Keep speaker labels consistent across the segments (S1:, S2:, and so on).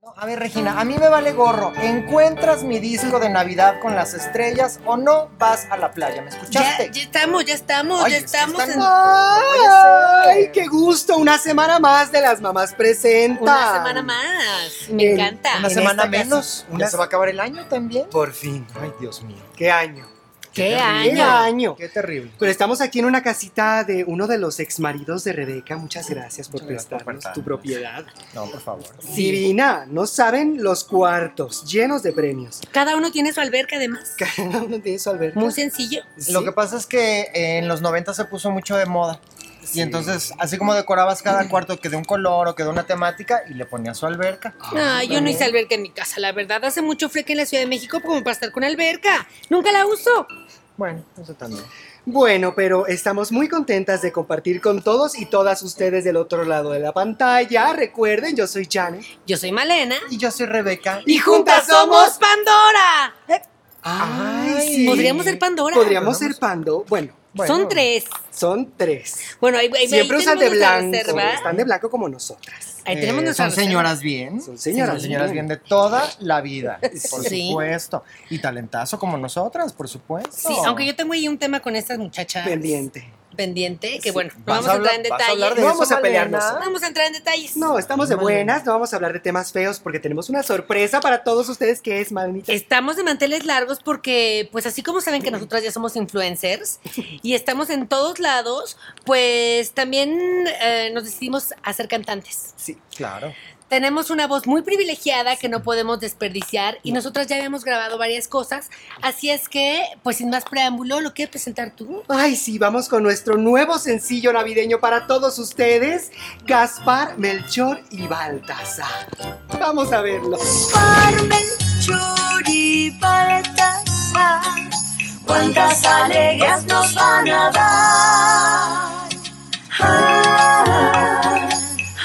S1: No, a ver, Regina, a mí me vale gorro. ¿Encuentras mi disco de Navidad con las estrellas o no vas a la playa? ¿Me
S2: Ya,
S1: escuchaste?
S2: ya estamos, ya estamos,
S1: Ay,
S2: ya
S1: es que
S2: estamos
S1: están-
S2: en
S3: ¡Ay, qué gusto! Una semana más de las mamás presenta.
S2: una semana más. Me
S3: En-
S2: encanta.
S1: Una
S3: En
S1: semana
S3: esta casa-
S1: menos.
S3: una-
S1: Ya se va a acabar el año también.
S3: Por fin.
S1: Ay, Dios mío.
S3: ¡Qué año!
S2: ¡Qué
S3: ¡Qué
S2: año!
S3: año!
S1: Qué terrible.
S3: Pero estamos aquí en una casita de uno de los exmaridos de Rebeca. Muchas gracias por
S1: Muchas gracias por
S3: prestarnos
S1: prestarnos.
S3: tu propiedad.
S1: No, por favor.
S3: Divina, no saben los cuartos llenos de premios.
S2: Cada uno tiene su alberca además.
S3: Cada uno tiene su alberca.
S2: Muy sencillo.
S3: Sí.
S1: Lo que pasa es que eh, en los 90 se puso mucho de moda.
S3: Sí.
S1: Y entonces, así como decorabas cada cuarto que de un color o que de una temática y le ponías su alberca.
S2: No, yo no hice alberca en mi casa, la verdad. Hace mucho fleque en la Ciudad de México como para estar con alberca. Nunca la uso.
S1: Bueno, eso también.
S3: Bueno, pero estamos muy contentas de compartir con todos y todas ustedes del otro lado de la pantalla. Recuerden, yo soy Janet.
S2: Yo soy Malena.
S1: Y yo soy Rebeca.
S3: Y juntas somos
S2: Pandora. Eh,
S1: Ay, sí.
S2: Podríamos ser Pandora.
S3: Podríamos
S1: Podríamos-
S3: ser Pando. Bueno,
S1: Bueno,
S2: Son tres.
S3: son tres.
S2: Bueno, ahí, ahí- ahí
S3: Siempre usan de
S2: tenemos nuestra
S3: blanco.
S2: reserva.
S3: Están de blanco como nosotras.
S2: Ahí
S1: eh,
S2: tenemos nuestra
S1: son
S2: reserva.
S1: señoras bien.
S3: Son señoras
S1: Son señoras
S3: bien.
S1: bien. de toda la vida. Por
S2: Sí.
S1: supuesto. Y talentazo como nosotras, por supuesto.
S2: Sí, aunque yo tengo ahí un tema con estas muchachas.
S3: Pendiente.
S2: Pendiente, que
S3: Sí.
S2: bueno, no
S1: Vas
S2: vamos a entrar
S1: hablar-
S2: en
S1: vas a hablar
S2: detalles.
S1: de
S3: No
S1: eso,
S3: vamos a
S1: Malena.
S3: pelearnos.
S2: No vamos a entrar en detalles.
S3: No, estamos de buenas, no vamos a hablar de temas feos porque tenemos una sorpresa para todos ustedes que es Magnita.
S2: Estamos de manteles largos porque, pues así como saben que nosotras ya somos influencers y estamos en todos lados, pues también eh, nos decidimos hacer cantantes.
S3: Sí.
S1: Claro.
S2: Tenemos una voz muy privilegiada que no podemos desperdiciar y nosotras ya habíamos grabado varias cosas, así es que, pues sin más preámbulo, lo quieres presentar tú.
S3: Ay, sí, vamos con nuestro nuevo sencillo navideño para todos ustedes, Gaspar, Melchor y Baltasar. Vamos a verlo.
S4: Carmen, Churi, Baltasar, cuántas alegrías nos van a dar. Ah,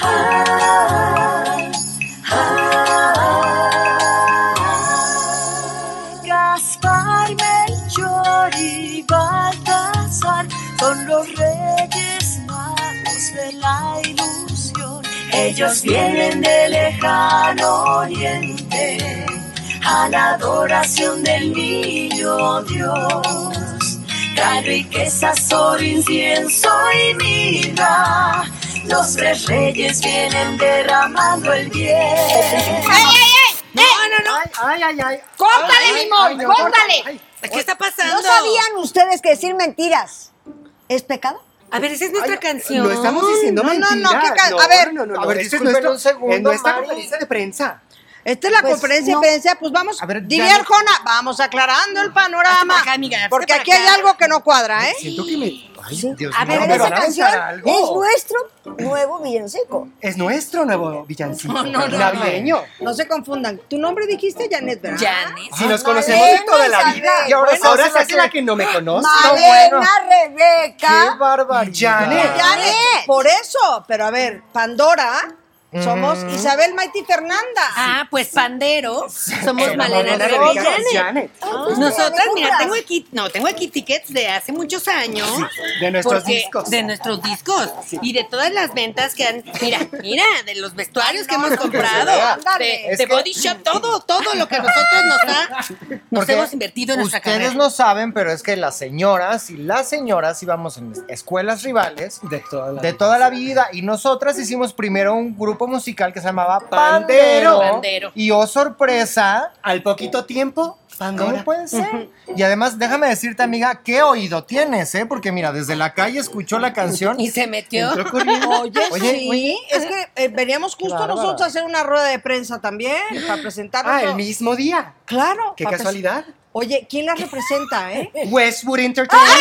S4: ah, ah. Gaspar, Melchor y Baltasar son los reyes magos de la ilusión. Ellos vienen del lejano oriente a la adoración del niño Dios. Trae riquezas, oro, incienso y mirra. Los tres reyes vienen derramando el bien.
S2: No, no, no,
S3: Ay, ay, ay, ay.
S5: ¡Córtale,
S3: Ay,
S5: Mimón,
S3: ay, no,
S5: córtale!
S3: ay.
S2: ¿qué está pasando?
S5: ¿No sabían ustedes que decir mentiras es pecado?
S2: A ver, esa es nuestra canción.
S3: No estamos diciendo
S1: no, no,
S3: mentiras.
S1: no, ¿qué ca- a ver,
S3: no, no, no,
S1: a ver,
S3: este es
S1: disculpen
S3: nuestro-
S1: un segundo,
S3: En nuestra
S1: Mari.
S3: conferencia de prensa.
S5: Esta es la
S1: Pues,
S5: conferencia
S1: no.
S5: de prensa, pues vamos,
S1: A ver,
S5: diría
S1: ya no-
S5: Arjona, vamos aclarando el
S2: Hazte
S5: panorama,
S2: para acá, amiga, hazte
S5: porque
S2: para
S5: aquí hay
S2: acá.
S5: algo que no cuadra, ¿eh?
S3: Siento que me. Ay, Dios
S2: A ver,
S3: mío.
S5: Pero
S2: no,
S5: esa
S2: pero
S5: canción es nuestro nuevo villancico.
S3: Es nuestro nuevo villancico.
S2: No, no, no.
S3: Navideño.
S5: No se confundan. Tu nombre dijiste Janet, ¿verdad?
S2: Janet.
S3: Si nos
S5: Ah,
S3: conocemos
S5: Malena
S3: de toda la vida.
S5: Isabel.
S3: Y ahora,
S5: Bueno,
S3: ahora
S1: sí,
S3: se
S1: la
S3: hace
S1: que-
S3: la que no me conoce.
S5: Malena,
S1: bueno. ¡Qué
S5: Rebeca.
S1: barbaridad!
S3: Janet.
S5: Janet. Por eso, pero a ver, Pandora,
S2: Mm.
S5: somos Isabel Maití Fernanda.
S2: Ah, pues pandero. Somos
S5: Pues,
S3: Pero
S2: Malena
S3: no, no,
S2: Rebeca
S3: Rebeca es
S2: y Janet.
S3: Janet.
S6: Ah.
S2: Nosotras, mira,
S5: compras.
S2: tengo aquí, no, tengo aquí tickets de hace muchos años.
S3: de nuestros
S2: porque-
S3: discos.
S2: De nuestros discos. Y de todas las ventas que han. Mira, mira, de los vestuarios que hemos
S1: vea.
S2: comprado. De,
S5: Ándale.
S2: de
S1: Es que-
S2: Body Shop, todo, todo lo que nosotros nos ha. Nos
S1: Porque
S2: hemos invertido en nuestra
S1: Ustedes
S2: carrera.
S1: no saben, pero es que las señoras y las señoras íbamos en escuelas rivales
S3: De toda la
S1: de
S3: vida.
S1: toda la vida y nosotras hicimos primero un grupo musical que se llamaba Pandero.
S3: Pandero.
S2: Pandero.
S1: Y oh sorpresa,
S3: Al poquito tiempo, Pandora.
S1: ¿cómo puede ser? Y además, déjame decirte, amiga, qué oído tienes, ¿eh? Porque mira, desde la calle escuchó la canción
S2: Y se metió.
S1: entró corriendo.
S5: Oye,
S1: Oye,
S5: sí,
S1: oye.
S5: es que eh, veníamos justo
S1: Bárbara.
S5: nosotros a hacer una rueda de prensa también para presentarnos.
S3: Ah, el
S5: todo.
S3: mismo día.
S5: Claro.
S3: Qué
S5: para presen-
S3: casualidad.
S5: Oye, ¿quién la representa, eh?
S3: Westwood Entertainment.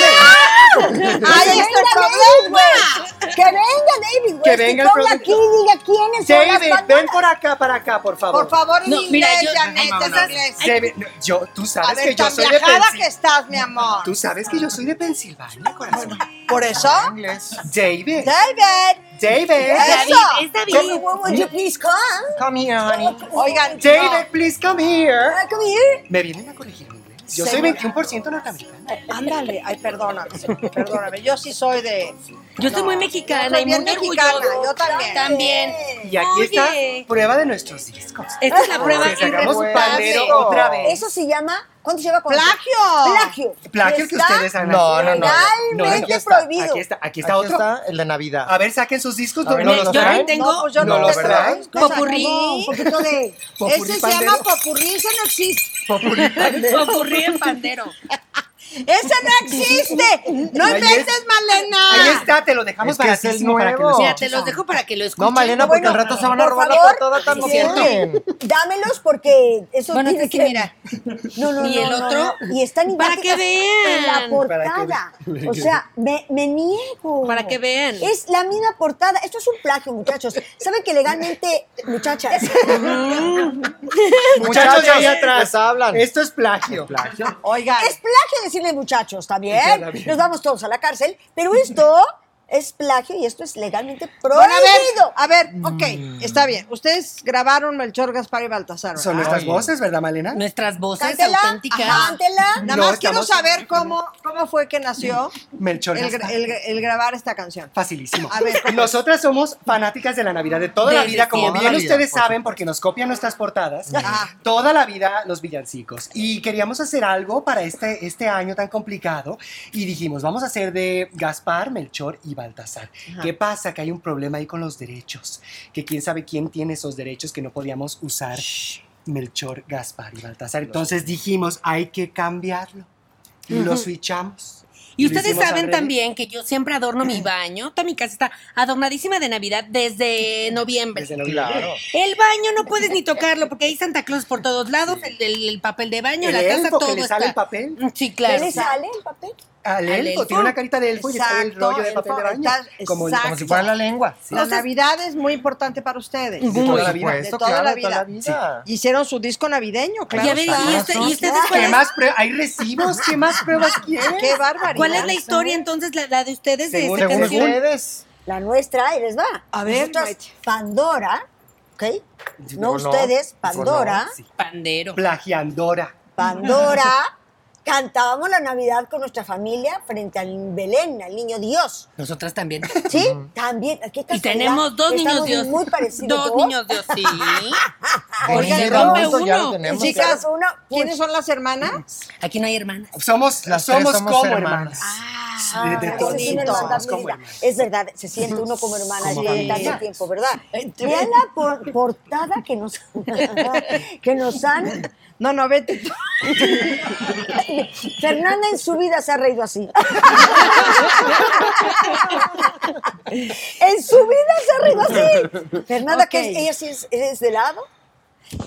S5: Ahí está el problema. Que venga David,
S3: Que venga
S5: West, venga
S3: el
S5: que ponga
S3: productor.
S5: aquí y diga quiénes son las
S3: David, ven
S5: bandoras.
S3: por acá, para acá, por favor.
S5: Por favor, en
S2: No,
S5: inglés,
S2: mira, yo-
S5: Janet,
S2: no, no,
S5: en
S2: no.
S5: inglés.
S3: David, no, yo, tú
S5: A
S3: sabes
S5: ver,
S3: que yo
S5: tan
S3: soy de
S5: viajada
S3: Pensilvania.
S5: que estás, mi amor.
S3: Tú sabes que yo soy de Pensilvania, corazón.
S5: Por eso,
S1: inglés.
S3: David,
S5: David,
S3: David,
S5: eso.
S2: David, es David.
S5: Tell me, when would you please come?
S1: Come here, honey.
S5: Oigan,
S3: David, please come here.
S5: no. Come here.
S3: Me vienen a corregir mi inglés. Yo
S5: Sí,
S3: soy
S5: bueno.
S3: 21% norteamericana.
S5: Ándale, ay, perdóname, señor, perdóname. Yo sí soy de,
S2: Yo soy muy
S5: Yo
S2: mexicana
S5: soy
S2: y muy
S5: bien mexicana,
S2: orgullosa.
S5: yo también.
S2: También.
S3: Y aquí está
S2: Oye.
S3: prueba de nuestros discos.
S2: Esta es la prueba
S3: Sí, sacamos un
S2: irrefutable.
S3: pandero otra vez.
S6: Eso se llama. ¿Cuánto se llama? ¿Cuánto?
S5: ¡Plagio!
S6: Plagio.
S3: Plagio que
S6: Está
S3: ustedes han
S1: No, no, no.
S6: Legalmente
S1: aquí
S3: está,
S6: prohibido.
S3: Aquí está, aquí está
S1: Aquí
S3: otro.
S1: está el de Navidad.
S3: A ver, saquen sus discos.
S1: A ver,
S3: ¿No
S1: ¿nos
S3: los
S2: Yo
S1: traen?
S2: no
S3: traen?
S2: tengo.
S6: pues yo
S3: No,
S6: no
S3: los
S6: tengo.
S3: traes.
S6: O sea,
S2: Popurrí.
S6: no, Un poquito de.
S3: Popurrí
S5: Ese se
S3: pandero.
S5: llama popurrí, ese no existe.
S2: Popurrí en pandero.
S5: ¡Ese no existe! ¡No
S3: Ahí
S5: inventes, Malena!
S3: Ahí está, te lo dejamos
S1: Es que
S3: para
S1: es el
S3: ti, para que lo
S1: nuevo.
S2: Mira,
S3: escuches.
S2: te los dejo para que lo escuchen.
S1: No, Malena, porque
S6: Bueno,
S1: al rato se van a
S6: por
S1: robar
S6: favor,
S1: la portada
S6: sí,
S1: también.
S6: Dámelos porque eso
S2: Bueno,
S6: tiene
S2: es que mira.
S6: No, no,
S2: Y
S6: no,
S2: el
S6: no,
S2: otro,
S6: no. Y están
S2: para que
S6: idénticas en la
S2: vean.
S6: portada. O sea, me, me niego.
S2: Para que vean.
S6: Es la misma portada. Esto es un plagio, muchachos. ¿Saben que legalmente, muchachas?
S3: Muchachos de ahí atrás.
S1: les hablan.
S3: Esto es plagio.
S5: Oigan,
S6: Es plagio decirle muchachos, ¿está bien?
S3: Está bien.
S6: Nos vamos todos a la cárcel, pero esto es plagio y esto es legalmente prohibido.
S5: bueno, a ver,
S3: Mm.
S5: a ver, ok, está bien. Ustedes grabaron Melchor, Gaspar y Baltasar, ¿verdad?
S3: Son nuestras
S1: Ay.
S3: voces, ¿verdad, Malena?
S2: Nuestras voces
S6: Cántela,
S2: auténticas.
S6: ajá, cántela.
S5: Nada
S3: No,
S5: más quiero
S3: estamos-
S5: saber cómo, cómo fue que nació
S3: Melchor
S5: el,
S3: Gaspar.
S5: gra- el gra- el grabar esta canción.
S3: Facilísimo.
S5: A ver, ¿cómo
S3: Nosotras somos fanáticas de la Navidad, de toda la
S2: Desde
S3: vida, como
S2: siempre.
S3: bien
S1: Toda la vida,
S3: ustedes
S1: por
S3: saben, porque nos copian nuestras portadas,
S5: Ajá.
S3: toda la vida los villancicos. Y queríamos hacer algo para este, este año tan complicado y dijimos, vamos a hacer de Gaspar, Melchor y Baltasar. ¿Qué pasa? Que hay un problema ahí con los derechos, que quién sabe quién tiene esos derechos que no podíamos usar. Melchor, Gaspar y Baltasar. Entonces dijimos, hay que cambiarlo. Y lo switchamos.
S2: Y
S3: Lo
S2: ustedes
S3: hicimos
S2: saben
S3: adrede.
S2: también que yo siempre adorno mi baño. Toda mi casa está adornadísima de Navidad desde noviembre.
S3: Desde noviembre.
S1: Claro.
S2: El baño no puedes ni tocarlo porque hay Santa Claus por todos lados, el, el- el papel de baño,
S3: El
S2: la casa,
S3: elfo que
S2: todo
S3: le
S2: está.
S3: sale el papel.
S2: Sí,
S6: ¿Qué
S2: claro.
S6: le sale el papel?
S3: Mm, Al
S2: Al
S3: elfo,
S2: elfo.
S3: tiene una carita de elfo y está el
S5: Exacto,
S3: rollo de
S5: elfo,
S3: papel de baño.
S5: está-
S3: como,
S5: exacto.
S1: Como si fuera la lengua.
S5: La Navidad es muy importante para ustedes.
S1: De toda la
S3: Muy
S1: vida.
S3: bueno.
S5: De
S1: Esto,
S5: toda
S1: claro,
S5: la
S1: de toda la
S5: vida.
S1: vida.
S5: Hicieron su disco navideño, claro.
S2: Y a ver,
S5: está.
S2: ¿y, este- y ustedes cuál
S3: ¿Qué
S2: es,
S3: más pruebas? ¿Hay recibos? ¿Qué más pruebas quieren?
S5: Qué barbaridad.
S2: cuál es la historia entonces, la, la de ustedes de
S3: Según-
S2: esta
S1: Según
S2: canción?
S1: ustedes.
S6: La nuestra, y les va.
S5: A ver,
S6: Nosotras,
S5: Maite.
S6: Pandora, ¿ok?
S1: Digo,
S6: No
S1: no,
S6: ustedes,
S1: digo,
S6: Pandora.
S1: no,
S2: Pandero.
S3: Plagiandora.
S6: Pandora. Cantábamos la Navidad con nuestra familia frente al Belén, al niño Dios.
S2: Nosotras también.
S6: ¿Sí? También. Aquí
S2: Y tenemos dos niños Dios.
S6: Muy parecidos.
S2: Dos niños Dios, sí. Porque
S1: Oigan,
S2: se
S1: mira,
S2: rompe
S1: esto ya lo
S2: uno.
S1: tenemos.
S5: Chicas,
S6: Uno,
S5: ¿quiénes son las hermanas?
S2: Aquí no hay hermanas.
S3: Somos,
S1: Las tres
S3: somos,
S1: somos
S3: como hermanas.
S1: hermanas.
S3: de, de
S6: Ay,
S3: todo
S6: eso sí, Ah,
S3: tipo,
S6: una hermandad
S3: somos como
S6: unida.
S3: hermanas.
S6: Es verdad, se siente uno como hermana
S3: Como
S6: ya de
S3: familia.
S6: tanto tiempo, ¿verdad? Vean la por- portada que nos, que nos han.
S5: No, no, vete. tú.
S6: Fernanda en su vida se ha reído así. en su vida se ha reído así. Fernanda,
S5: Ok.
S6: que es- ella sí es, es de lado.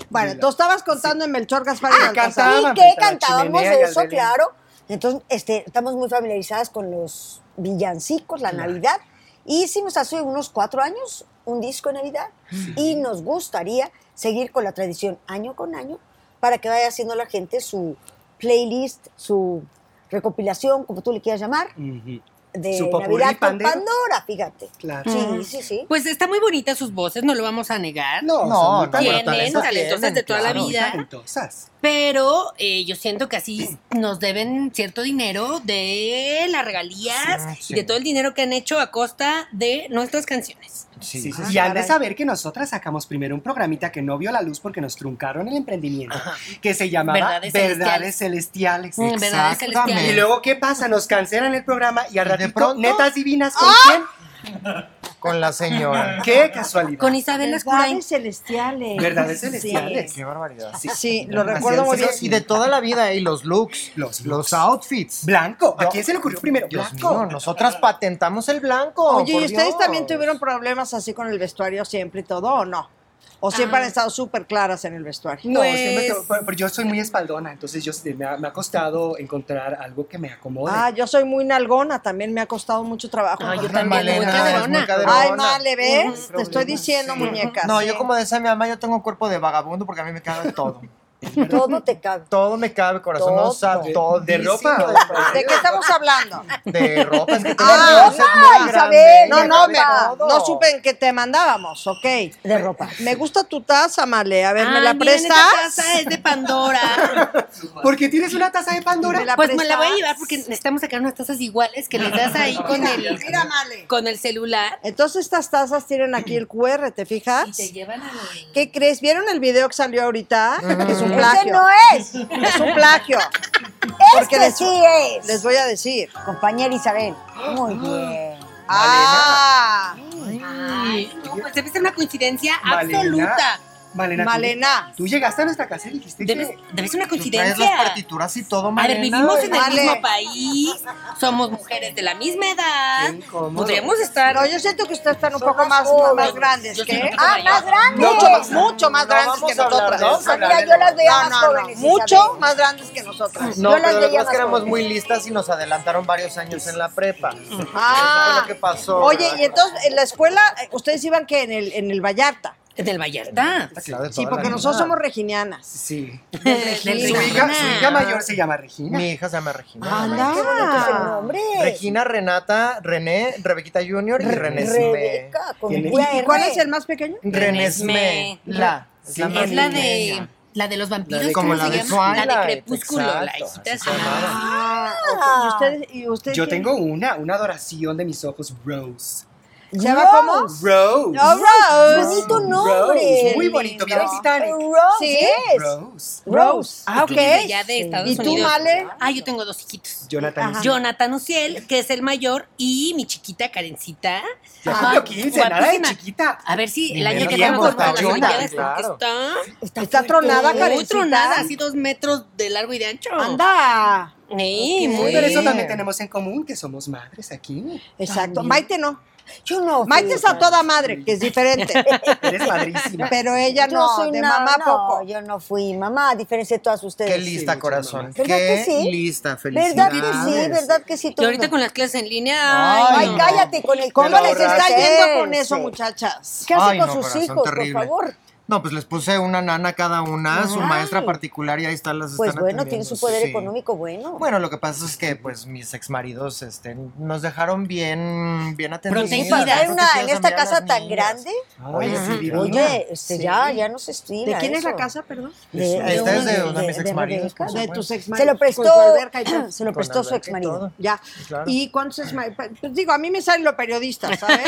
S5: Bueno, tú estabas contando en Melchor, Gaspar y Baltasar.
S3: cantaban
S6: ¿Y qué
S3: Ah, frente a la
S6: cantábamos
S3: chimenea y al
S6: eso?
S3: Belén.
S6: Claro. Entonces, este, estamos muy familiarizadas con los villancicos, la Navidad. Y hicimos hace unos cuatro años un disco de Navidad y nos gustaría seguir con la tradición año con año para que vaya haciendo la gente su playlist, su recopilación, como tú le quieras llamar,
S3: Ujú,
S6: de
S3: Su popurrí
S6: Navidad con
S3: pandero.
S6: Pandora, fíjate.
S3: Claro.
S6: Sí, sí, sí.
S2: Pues está muy bonita sus voces, no lo vamos a negar.
S3: No,
S1: No,
S3: son muy
S1: no,
S2: Tienen
S1: talentosas
S2: talentosas de toda la
S1: claro,
S2: vida.
S3: talentosas.
S2: Pero eh, yo siento que así nos deben cierto dinero de las regalías
S1: Sí, sí.
S2: y de todo el dinero que han hecho a costa de nuestras canciones.
S1: Sí.
S3: Sí, sí,
S5: Ah,
S3: sí. Y han de
S5: caray.
S3: saber que nosotras sacamos primero un programita que no vio la luz porque nos truncaron el emprendimiento, que se llamaba
S2: Verdades
S3: Verdades, Celestiales.
S2: Mm, ¿verdad,
S1: Exactamente.
S2: Celestial?
S3: Y luego, ¿qué pasa? Nos cancelan el programa y al
S1: ¿De
S3: ratito,
S1: pronto?
S3: netas divinas, ¿con
S1: Con la señora.
S3: quién? ¡Qué casualidad!
S2: Con Isabel Ascurain.
S5: Verdades celestiales.
S3: Verdades celestiales.
S1: Qué barbaridad.
S5: Sí, sí, lo recuerdo
S3: Así
S5: muy
S3: es,
S5: bien.
S1: Y de toda la vida, ¿eh? y los looks,
S3: Los
S1: los,
S3: looks.
S1: outfits.
S3: Blanco. ¿A
S1: Yo-
S3: quién se le ocurrió primero?
S1: Dios
S3: Blanco.
S1: mío, nosotras patentamos el blanco.
S5: Oye,
S1: Oh, por
S5: ¿y ustedes
S1: Dios.
S5: también tuvieron problemas así con el vestuario siempre y todo o no? ¿O siempre
S2: Ah.
S5: han estado súper claras en el vestuario?
S3: No,
S2: Pues-
S3: siempre te- pero- pero yo soy muy espaldona, entonces yo sí, me ha, me ha costado encontrar algo que me acomode.
S5: Ah, yo soy muy nalgona, también me ha costado mucho trabajo.
S2: Ah, yo
S1: Ay,
S2: también, muy
S1: es
S2: caderona.
S1: muy caderona.
S5: Ay, male,
S1: Uy,
S5: ¿ves? Te
S1: problemas.
S5: estoy diciendo, muñecas.
S1: No, yo como decía mi mamá, yo tengo un cuerpo de vagabundo porque a mí me cabe todo.
S6: Todo te cabe.
S1: Todo me cabe, corazón. No
S6: Todo.
S1: sabe, todo.
S3: ¿De ropa?
S5: ¿De qué estamos hablando?
S1: De ropa. Ah, Es que tengo
S5: Ah,
S1: un closet
S6: hola,
S1: muy
S6: Isabel.
S1: grande,
S5: No,
S1: me
S5: no,
S1: cabe
S5: me-
S1: todo.
S5: no supe en qué te mandábamos, ok.
S6: De ropa.
S5: Me gusta tu taza, Male. A ver, ¿me
S2: Ay,
S5: la
S2: Ah, miren,
S5: prestas?
S2: esta taza es de Pandora.
S3: ¿Por qué tienes una taza de Pandora?
S5: ¿Me la
S2: pues me la voy a
S5: prestas?
S2: llevar porque necesitamos sacar unas tazas iguales que les das ahí con el,
S5: Mira, Male.
S2: con el celular.
S5: Entonces estas tazas tienen aquí el QR, ¿te
S2: Y
S5: fijas?
S2: te llevan a
S5: ¿Qué crees? ¿Vieron el video que salió ahorita?
S1: Ah.
S5: Que es un
S6: Ese
S5: plagio.
S6: no es.
S5: es. un plagio. Porque
S6: Este
S5: les-
S6: sí es.
S5: Les voy a decir.
S6: Compañera Isabel. Muy bien.
S5: Ah,
S2: Ay, no, pues debe ser una coincidencia
S3: Malena.
S2: absoluta.
S3: Malena. tú-
S5: Malena.
S3: Tú llegaste a nuestra casa y dijiste
S2: Debe,
S3: que...
S2: debe ser una
S1: Tú traes las
S2: coincidencia.
S1: partituras y todo,
S2: A ver,
S1: Malena.
S2: vivimos en el
S5: Vale.
S2: mismo país, somos mujeres de la misma edad,
S3: Qué incómodo.
S2: podríamos estar.
S5: No, yo siento que ustedes están un
S6: Son
S5: poco
S6: más
S5: más,
S6: jóvenes.
S5: más grandes
S2: Yo
S5: que.
S2: siento que
S6: Ah,
S2: mayor.
S6: más grande.
S5: mucho más, mucho más
S1: No
S5: grandes
S1: vamos
S5: que
S1: a hablar,
S5: nosotras.
S1: no vamos a
S6: Ah,
S1: hablar
S6: mira,
S1: de
S6: yo las veía
S5: No,
S6: más
S5: no, no.
S6: jóvenes.
S5: Mucho
S6: Isabel.
S5: más grandes que nosotras.
S1: No,
S6: Yo las
S1: pero lo que
S6: veía
S1: pasa es que
S6: más
S1: éramos
S6: jóvenes.
S1: muy listas y nos adelantaron varios años en la prepa. Eso fue
S5: Ah.
S1: lo que pasó.
S5: Oye,
S1: ¿verdad?
S5: y entonces en la escuela, eh, ustedes iban que en el, en el Vallarta.
S2: En el Vallarta.
S1: Claro, de
S5: Sí,
S1: toda
S5: porque
S1: la
S5: nosotros
S1: vida.
S5: somos reginianas.
S3: Sí.
S2: Del
S3: Su hija, su hija mayor se llama Regina.
S1: Mi hija se llama Regina.
S5: Anda.
S6: Qué bonito es el nombre.
S1: Regina, Renata, René, Rebequita Junior y Renesme.
S6: Rebeca, con
S3: ¿Tiene-
S6: pura
S5: ¿Y
S6: R.
S5: cuál es el más pequeño?
S1: Renesme. La.
S3: Sí.
S1: más
S2: Es la de.
S1: pequeña.
S2: La de los vampiros,
S1: La de- como
S2: ¿cómo
S1: la
S2: se
S1: de
S2: llama? La de
S1: Twilight,
S2: Crepúsculo, la
S1: exacto,
S2: hijita
S1: así se
S2: de-
S1: llamaba.
S5: Ah,
S6: Ah.
S5: ok. ¿Y ustedes, y ustedes
S3: Yo
S5: quién?
S3: tengo una, una adoración de mis ojos, Rose.
S5: ¿Se llama cómo?
S3: Rose.
S2: Ah,
S5: Oh, Rose.
S6: Bonito nombre.
S3: Rose, Muy bonito, mira el Titanic.
S6: Rose.
S5: Sí.
S3: Rose.
S6: Rose.
S5: Ah,
S2: Tú vives
S5: ok.
S2: ya de Estados
S5: ¿eh? ¿Y tú,
S2: Unidos.
S5: Male?
S2: Ah, yo tengo dos hijitos.
S3: Jonathan.
S5: Ajá.
S2: Jonathan Uciel, que es el mayor, y mi chiquita Karencita.
S3: Ya
S2: Ah,
S3: cumplió 15, nada de
S2: guapísima.
S3: chiquita.
S2: A ver si
S1: Ni
S2: el año
S1: menos
S2: que
S1: bien
S2: viene nos vamos a las
S1: portallona,
S2: Olimpiadas porque
S1: claro.
S2: está
S5: Está tronada,
S6: fuerte.
S2: muy
S5: Karencita.
S2: tronada, así dos metros de largo y de ancho.
S5: Anda.
S2: Sí,
S3: Sí,
S2: muy
S3: Pero eso
S1: bien.
S3: también tenemos en común, que somos madres aquí.
S5: Exacto. Maite no.
S6: Yo no.
S5: Maite es a
S6: Felipe.
S5: toda madre, que es diferente.
S3: Eres madrísima.
S5: Pero ella
S6: Yo
S5: no,
S6: soy
S5: de
S6: na-
S5: mamá
S6: no,
S5: poco.
S6: Yo no fui mamá, a diferencia de todas ustedes.
S1: Qué lista, corazón.
S6: ¿Verdad
S1: Qué
S6: que sí?
S1: lista, felicidades.
S6: ¿Verdad que sí? ¿Verdad que sí?
S2: Y
S6: Tú
S2: ahorita
S6: no.
S2: con las clases en línea.
S1: Ay,
S6: Ay,
S2: no.
S6: cállate con el
S5: ¿Cómo
S1: Pero
S5: les está
S1: ahorraste.
S5: yendo con eso,
S6: muchachos?
S5: muchachas?
S6: ¿Qué hace
S1: Ay,
S6: con
S1: no,
S6: sus
S1: corazón,
S6: hijos,
S1: terrible.
S6: por favor?
S1: No, pues les puse una nana a cada una, su
S6: Ay.
S1: maestra particular y ahí están las
S6: Pues
S1: están
S6: bueno, tiene
S1: atendiendo,
S6: su poder
S1: sí.
S6: económico bueno. Pues,
S1: Bueno, lo que pasa es que pues mis exmaridos este nos dejaron bien bien atendidos.
S6: Sí,
S2: Protegidas. Protegidas.
S6: para traer
S1: Bien
S6: una, en
S1: protegidas
S6: esta
S1: también
S6: casa
S1: las
S6: tan
S1: niñas.
S6: grande.
S3: Oye, sí, divina.
S6: Oye, este,
S3: Sí.
S6: ya, ya no se estila
S5: ¿De quién es la
S6: eso.
S5: casa, perdón?
S6: De,
S1: Esta es de
S6: de-
S1: uno de mis
S6: de
S1: exmaridos,
S6: Rebeca.
S1: por
S5: De
S1: supuesto.
S5: tus ex
S6: Se lo prestó, se lo
S1: Con
S6: prestó su
S1: alberca y
S6: ex marido.
S1: todo.
S5: Ya.
S1: Claro.
S5: ¿Y cuántos es Pues digo, a mí me salen los periodistas, ¿sabes?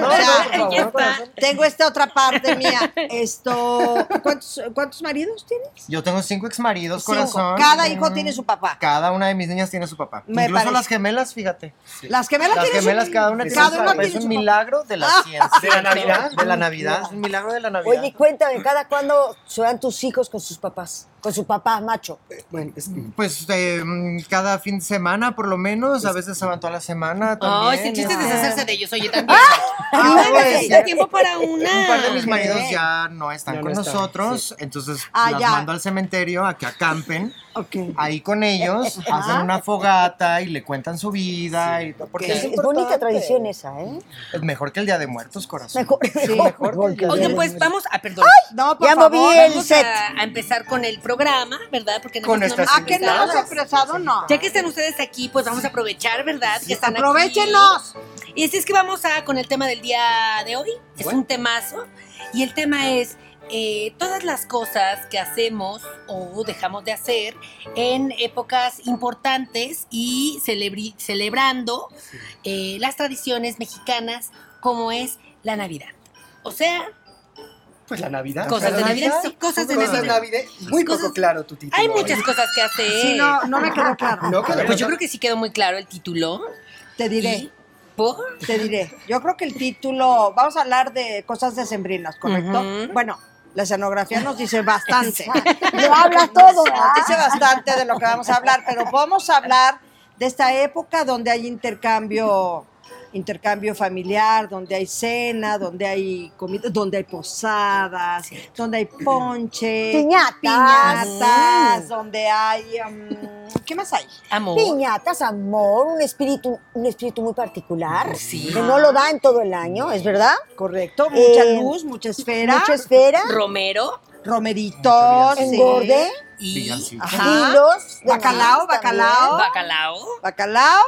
S1: No,
S5: O sea,
S1: no, por favor, corazón.
S5: tengo esta otra parte mía. Esto, ¿cuántos, cuántos maridos tienes?
S1: Yo tengo cinco exmaridos,
S5: Cinco.
S1: corazón.
S5: Cada hijo
S1: Mm,
S5: tiene su papá.
S1: Cada una de mis niñas tiene su papá.
S5: Me
S1: Incluso
S5: parece.
S1: las gemelas, fíjate.
S5: Las gemelas
S1: Las
S5: tienen su-
S1: gemelas, cada una tiene
S5: cada
S1: su
S5: una
S1: papá. Es
S5: tiene
S1: un
S5: su papá. Ah.
S1: milagro de la ciencia.
S3: ¿De la Navidad?
S1: De la Navidad. Es un milagro de la Navidad.
S6: Oye, cuéntame, ¿cada cuándo se dan tus hijos con sus papás? Con su papá macho.
S3: Bueno, es-
S1: Pues eh, mm, cada fin de semana, por lo menos, a
S5: Pues
S1: veces se van toda la semana.
S2: Ay,
S1: También,
S2: si chistes
S1: este.
S2: deshacerse de ellos, oye, también.
S1: Ah,
S2: Y bueno,
S1: pues,
S2: necesita tiempo para una.
S1: Un par de mis maridos ya no están
S3: Ya
S1: con
S3: no están,
S1: nosotros, entonces
S5: Ah,
S1: las
S5: ya.
S1: mando al cementerio a que acampen.
S5: Ok.
S1: Ahí con ellos hacen una fogata y le cuentan su vida. y- porque
S6: Es,
S1: es,
S6: es
S1: importante.
S6: bonita tradición esa, ¿eh?
S1: Es mejor que el Día de Muertos, corazón.
S6: Mejor, mejor. porque-
S2: Oigan, pues vamos a, perdón.
S5: No, por
S6: Ya
S5: favor.
S6: moví el
S2: vamos
S6: set.
S2: a, a empezar con el programa, ¿verdad? Porque nada
S1: Con
S2: más
S1: nuestras
S2: vamos a
S5: ¿A qué no
S2: empezar.
S5: hemos expresado? No.
S2: Ya que están ustedes aquí, pues vamos a aprovechar, ¿verdad? que están aquí.
S5: Aprovechenos.
S2: Y así es que vamos a con el tema del día de hoy. Es
S3: Bueno.
S2: un temazo. Y el tema es eh, todas las cosas que hacemos o dejamos de hacer en épocas importantes y celebri- celebrando eh, las tradiciones mexicanas como es la Navidad. O sea,
S3: pues la Navidad.
S2: Cosas
S3: La
S2: de Navidad, sí, cosas de
S3: Cosas
S2: Navidad.
S3: Navidad. Muy poco
S2: Cosas-
S3: claro tu título.
S2: hay
S3: hoy.
S2: muchas cosas que hacer.
S5: Sí, no, no me quedó claro.
S3: No, claro.
S2: Pues yo creo que sí quedó muy claro el título.
S5: Te
S2: Y,
S5: diré,
S2: ¿por?
S5: te diré. Yo creo que el título, vamos a hablar de cosas decembrinas, ¿correcto?
S2: Ujú.
S5: Bueno, la escenografía nos dice bastante.
S6: Lo habla todo,
S5: Nos dice
S6: ¿verdad?
S5: bastante de lo que vamos a hablar, pero vamos a hablar de esta época donde hay intercambio intercambio familiar, donde hay cena, donde hay comida, donde hay posadas, donde hay ponche,
S6: Piñatas.
S5: piñatas, donde hay um, ¿qué más hay?
S2: Amor.
S6: Piñatas, amor, un espíritu, un espíritu muy particular.
S2: Sí.
S6: Que no lo da en todo el año, ¿es verdad?
S5: Correcto, mucha
S6: Eh,
S5: luz, mucha esfera.
S6: Mucha esfera.
S2: Romero.
S5: romeritos, sí.
S6: engorde,
S2: Y
S3: Villancicos.
S5: Ajá.
S6: hilos, de
S5: Bacalao,
S6: maíz también.
S2: Oh.
S5: bacalao.
S2: bacalao.
S5: bacalao,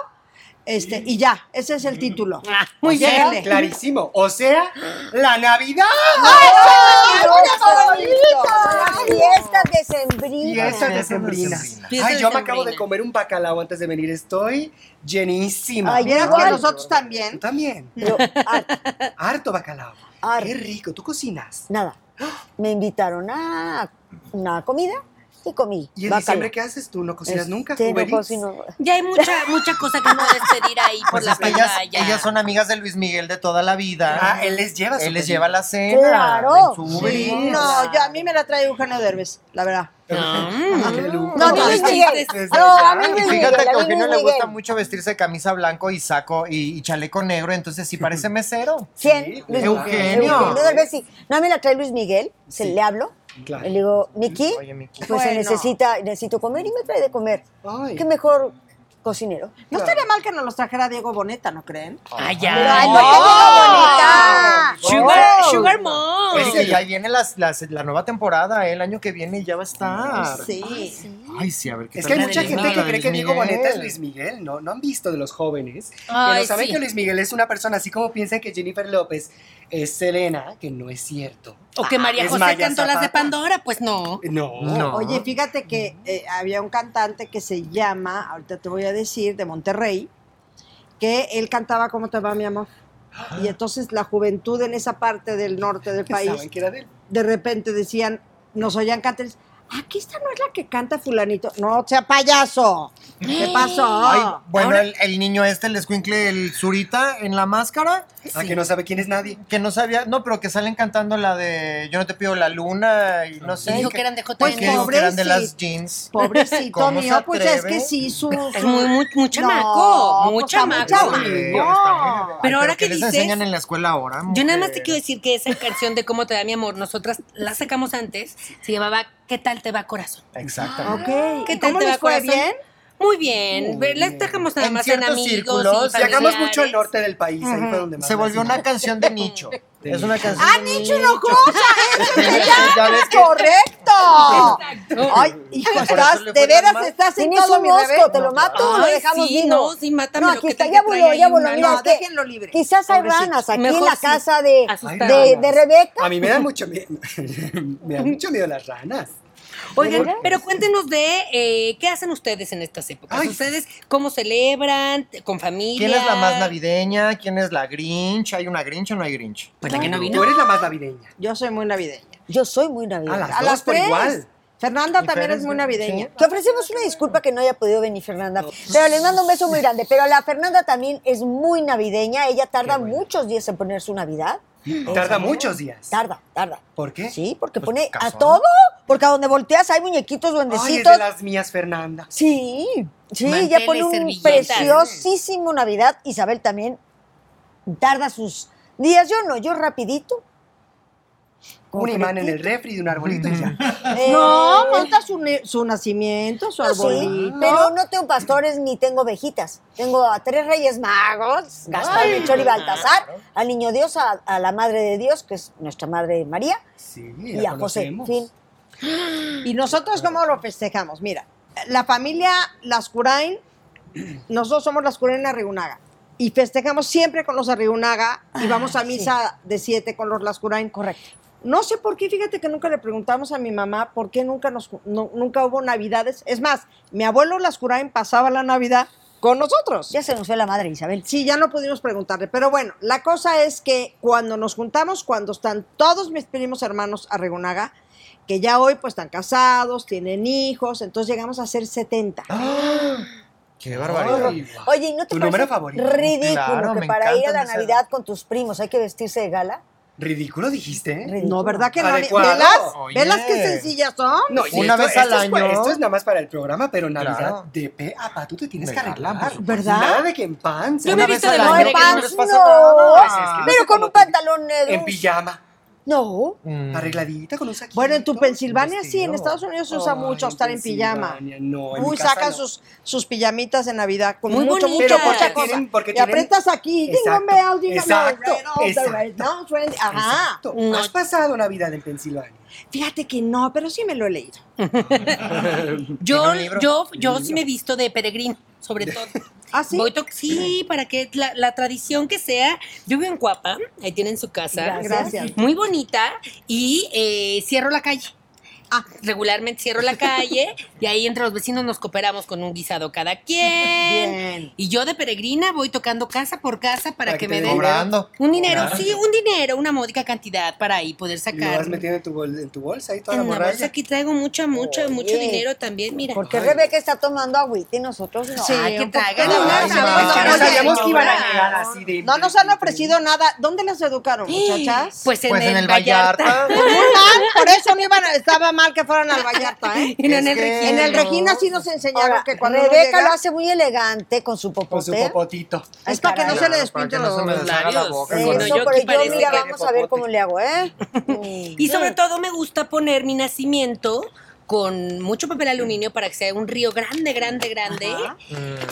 S5: este, y ya, ese es el título.
S2: Ah,
S3: Muy bien,
S5: Lléguenle.
S3: clarísimo. O sea, la Navidad.
S6: Son las fiestas
S3: Y
S6: decembrinas.
S3: esa decembrina.
S2: Fiesta
S3: Ay, yo me acabo
S2: decembrina.
S3: de comer un bacalao antes de venir. Estoy llenísima.
S6: Ay,
S5: Vieras que
S6: Igual.
S5: nosotros
S3: Tú
S5: también.
S3: también.
S6: Pero, ah,
S3: Harto bacalao.
S6: Harto.
S3: Qué rico. ¿Tú cocinas?
S6: nada, me invitaron a una comida y comí.
S3: ¿Y en
S6: bacalao.
S3: diciembre qué haces tú? ¿No cocinas nunca?
S6: Este,
S3: Uber
S6: no
S3: Eats?
S6: cocino.
S2: Ya hay mucha, mucha cosa que no debes pedir ahí por la
S1: Pues ellas,
S2: pantalla.
S1: ellas son amigas de Luis Miguel de toda la vida.
S3: Ah, él les lleva. su
S1: Él les
S3: pedido.
S1: lleva la cena.
S6: Claro.
S1: en su Uber
S2: Sí.
S1: Eats.
S5: No, yo a mí me la trae Eugenio Derbez, la verdad.
S2: Ah.
S3: Qué lujo.
S6: No, a mí
S2: No,
S6: Luis
S2: sí,
S6: Miguel.
S3: desde
S6: No,
S3: ya.
S6: a mí Luis Miguel.
S1: Fíjate que a
S6: a mí
S1: Eugenio
S6: Luis
S1: le gusta
S6: Miguel.
S1: mucho vestirse de camisa blanco y saco y, y chaleco negro, entonces sí parece mesero.
S6: ¿Quién?
S3: Sí,
S6: Luis
S1: Eugenio.
S6: Miguel. Eugenio Derbez, sí. No, a mí la trae Luis Miguel, se
S3: Sí.
S6: le hablo.
S3: Claro.
S6: Le digo, Miki,
S1: Oye, Miki.
S6: pues se
S5: Bueno.
S6: necesita, necesito comer y me trae de comer.
S3: Ay.
S6: Qué mejor cocinero.
S5: No estaría mal que nos los trajera Diego Boneta, ¿no creen?
S2: Ay,
S6: Pero,
S2: ya.
S6: ay, no, qué bonita.
S2: Sugar,
S6: Oh.
S2: sugar mom.
S1: Oye, Pues que ya viene las- las- la nueva temporada, ¿eh? el año que viene ya va a estar.
S5: Sí.
S1: Ay, sí, a ver qué
S3: Es que
S1: tal
S3: hay
S1: la
S3: mucha
S1: de
S3: gente
S1: Luis
S3: que
S1: Miguel.
S3: cree que Diego Boneta es Luis Miguel, ¿no? No han visto de los jóvenes.
S2: Ay,
S3: pero saben
S2: sí.
S3: que Luis Miguel es una persona, así como piensan que Jennifer López es Selena, que no es cierto.
S2: O que María
S3: es
S2: José
S3: Maya
S2: cantó las de
S3: Zapata.
S2: Pandora, pues no.
S3: No.
S1: No.
S5: Oye, fíjate que eh, había un cantante que se llama, ahorita te voy a decir, de Monterrey, que él cantaba ¿Cómo te va, mi amor? Y entonces la juventud en esa parte del norte del país,
S3: Pensaban que era de él.
S5: de repente decían, nos oían cantar, aquí esta no es la que canta fulanito. No, sea payaso. ¿Qué pasó?
S1: Ay, bueno,
S2: Ah, Ahora-
S1: el, el niño este, el escuincle, el Zurita en la máscara,
S3: Ah, que no sabe quién es nadie.
S1: que no sabía, no, pero que salen cantando la de Yo no te pido la luna y no
S2: Y
S1: sé.
S2: dijo que eran de JN.
S1: pues, que dijo que eran de
S5: pobrecito.
S1: las jeans.
S5: Pobrecito
S1: ¿Cómo se
S5: mío, pues es
S1: atreve?
S5: que sí, su...
S2: Es
S5: su-
S2: muy, muy, muy chamaco,
S5: No,
S2: muy
S5: pues, está muy
S2: chamaco.
S5: chamaco.
S1: Pero,
S2: Pero ahora que
S1: les
S2: dices-
S1: enseñan en la escuela ahora?
S2: Yo nada más
S1: mujer?
S2: te quiero decir que esa canción de Cómo te da mi amor, nosotras la sacamos antes, se llamaba ¿Qué tal te va corazón?
S6: Ah,
S1: Exactamente.
S5: Ok.
S2: ¿Qué
S5: ¿Y
S2: tal
S5: ¿Cómo
S2: te va
S5: les fue
S2: corazón?
S5: bien?
S2: Muy bien, la sacamos nada
S1: En
S2: más en
S1: ciertos
S2: amigos
S1: círculos,
S2: y
S3: Llegamos mucho al
S2: familiares.
S3: norte del país, ahí fue donde más
S1: Se
S3: la
S1: volvió
S3: hicimos.
S1: una canción de nicho.
S3: De
S1: es una canción.
S5: ¡Ah, Nicho Hinojosa! ¡Eso se
S1: Ya ves
S5: llama!
S1: que-
S5: ¡Correcto! Ay, hijo,
S1: Por eso
S5: estás,
S1: le fue
S5: de
S1: tan
S5: veras
S1: mal.
S5: estás en
S6: Tienes
S5: todo
S6: un
S5: mi bebé.
S6: mosco, te lo mato,
S2: Ay,
S6: lo dejamos
S2: sí,
S6: vivo.
S2: no, sí, mátamelo,
S6: No,
S2: que
S6: aquí está,
S2: te-
S6: ya
S2: que trae
S6: voló,
S2: ahí
S6: ya
S2: un
S6: voló.
S2: mal-
S6: Mira,
S5: No,
S6: este-
S5: déjenlo libre.
S6: Quizás hay
S2: Pobrecito.
S6: ranas aquí en
S2: Mejor
S6: la
S2: sí.
S6: casa de,
S2: Asustar
S3: Ay,
S6: de,
S3: ranas.
S6: de Rebeca.
S3: A mí me da mucho miedo. me da mucho miedo las ranas.
S2: Oigan, pero cuéntenos de eh, qué hacen ustedes en estas épocas.
S3: Ay.
S2: ¿Ustedes cómo celebran? ¿Con familia?
S1: ¿Quién es la más navideña? ¿Quién es la Grinch? ¿Hay una Grinch o no hay Grinch?
S2: Pues la que no
S3: Tú
S2: vino.
S3: eres la más navideña.
S5: Yo soy muy navideña.
S6: Yo soy muy
S3: A
S6: navideña.
S3: las
S5: A
S3: dos
S5: las
S3: por
S5: tres.
S3: igual.
S5: Fernanda
S1: Y
S5: también
S1: Fer
S5: es muy
S1: de-
S5: navideña.
S6: Te ofrecemos una disculpa que no haya podido venir Fernanda, pero les mando un beso muy grande. Pero la Fernanda también es muy navideña, ella tarda muchos días en poner su Navidad.
S3: Tarda muchos días.
S6: Tarda, tarda.
S3: ¿Por qué?
S6: Sí, porque
S1: Pues,
S6: pone
S1: cazón.
S6: a todo, porque a donde volteas hay muñequitos,
S3: Ay, es de
S6: duendecitos.
S3: las mías, Fernanda.
S6: Sí, sí,
S2: Manteles,
S6: ella pone un
S2: servilletas.
S6: preciosísimo Navidad. Isabel también tarda sus días. Yo no, yo rapidito.
S3: Un imán en el refri de un arbolito y ya.
S6: Eh,
S5: No, monta su, ne- su nacimiento, su
S6: No, sí,
S5: arbolito.
S6: pero no tengo pastores ni tengo ovejitas. Tengo a tres reyes magos, Gaspar, Melchor y Baltasar, al niño Dios, a, a la madre de Dios, que es nuestra madre María,
S3: Sí,
S6: y
S3: la
S6: a José.
S3: conocemos.
S6: Fin.
S5: ¿Y nosotros cómo lo festejamos? Mira, la familia Las Curain, nosotros somos Las Curain Arrigunaga. Y festejamos siempre con los Arrigunaga y vamos a misa de siete con los Las Curain.
S6: Correcto.
S5: No sé por qué, fíjate que nunca le preguntamos a mi mamá por qué nunca, nos, no- nunca hubo navidades. Es más, mi abuelo Las Curain pasaba la Navidad con nosotros.
S6: Ya se nos fue la madre Isabel.
S5: Sí, ya no pudimos preguntarle. Pero bueno, la cosa es que cuando nos juntamos, cuando están todos mis primos hermanos a Regonaga, que ya hoy pues están casados, tienen hijos, entonces llegamos a ser 70.
S1: ¡Qué barbaridad!
S3: Ay, guau.
S6: Oye, ¿y ¿no te
S3: ¿Tu
S6: parece
S3: número favorito?
S6: ridículo
S1: Claro,
S6: que
S1: me
S6: para ir a la
S1: encantan esas-
S6: Navidad con tus primos hay que vestirse de gala?
S3: ¿Ridículo dijiste?
S6: Ridículo.
S5: No, ¿verdad que no?
S3: Adecuado.
S5: ¿Velas?
S1: Oye.
S5: ¿Velas qué sencillas son?
S3: No,
S1: Una vez al
S3: es pa-
S1: año.
S3: esto es nada más para el programa, pero Navidad
S1: Claro.
S3: de pe a pa, tú te tienes
S1: De
S3: que arreglar.
S1: gala, por
S5: ¿Verdad?
S3: Nada de que en pan.
S2: Yo
S3: sea
S2: me he
S3: una
S1: vez
S2: visto
S1: al
S2: de
S1: año,
S2: madre
S1: que no
S2: que
S1: les
S2: no-
S1: pasa
S3: Pues es que
S1: nada.
S3: no sé
S6: Pero con
S3: cómo
S6: un
S3: te-
S6: pantalón negro.
S3: En pijama.
S6: No.
S1: Mm.
S3: Arregladita con un saquito.
S5: Bueno, en tu
S3: un
S5: Pensilvania sí, en
S3: vestido.
S5: Estados Unidos se usa
S3: Ay,
S5: mucho estar en pijama.
S3: Pensilvania, No, Oh, en mi
S5: Uy,
S3: casa
S5: sacan
S3: no.
S5: sus, sus pijamitas en Navidad con
S2: Muy
S5: mucho,
S2: bonitas.
S5: mucho,
S2: Pero porque
S5: mucha cosa.
S3: tienen- porque
S5: y
S3: tienen-
S5: aprietas aquí,
S3: Exacto,
S5: Jingle Bell, Jingle Bell,
S3: exacto,
S5: Red on the
S3: exacto.
S5: Red on the Red. Ajá.
S3: Exacto. ¿Has pasado Navidad en Pensilvania?
S5: Fíjate que no, pero sí me lo he leído.
S2: Yo,
S1: ¿Tiene un libro?
S2: yo, yo sí me he visto de peregrino, sobre todo.
S5: ¿Ah, sí?
S2: Voy to- sí, para que la, la tradición que sea. Yo vivo en Cuapa, ahí tienen su casa.
S5: Gracias.
S2: Muy bonita. Y eh, cierro la calle.
S5: Ah.
S2: regularmente cierro la calle y ahí entre los vecinos nos cooperamos con un guisado cada quien.
S5: Bien.
S2: Y yo de peregrina voy tocando casa por casa para,
S3: Para
S2: que,
S3: que
S2: me
S3: te
S2: den
S1: Cobrando.
S2: un dinero,
S3: Claro.
S2: sí, un dinero, una módica cantidad para ahí poder
S5: Ah,
S3: Y lo
S2: sacar.
S3: vas metiendo en tu, bol- en tu bolsa ahí toda la
S2: En la bolsa
S3: borracha.
S2: aquí traigo mucha, mucho,
S6: Oye.
S2: mucho dinero también, mira.
S6: Porque Rebeca está tomando agüita y nosotros no.
S5: Sí,
S2: Ah, que
S5: un poco-
S2: traigan
S5: Ay,
S2: una,
S5: no,
S2: sabrosa,
S5: no,
S2: porque-
S5: no,
S3: pues, sabíamos
S5: no,
S3: que iban a
S2: no.
S3: llegar así de...
S5: No nos han ofrecido nada. ¿Dónde las educaron, muchachas?
S2: Pues en
S1: Pues
S2: el, Vallarta.
S5: Muy mal, por eso no iban a- estaba mal que fueran al Vallarta, ¿eh?
S2: Y no en
S1: Es
S2: el
S1: que-
S2: Regina.
S5: En el
S1: no.
S5: Regina sí nos enseñaron
S6: Ahora,
S5: que cuando uno
S6: Rebeca
S5: llega-
S6: lo hace muy elegante con su popote.
S3: Con su popotito.
S5: es para que no
S6: Ay,
S5: se le
S1: Claro,
S5: despinte
S1: para que no
S5: los
S1: se me deshaga la
S2: labios.
S1: boca.
S2: Sí,
S1: con
S6: Eso,
S2: no, yo
S6: pero
S2: aquí
S6: yo,
S2: parece
S6: mira,
S2: que
S6: vamos a ver cómo le hago, ¿eh? Mm.
S2: Y sobre todo me gusta poner mi nacimiento con mucho papel aluminio para que sea un río grande, grande, grande.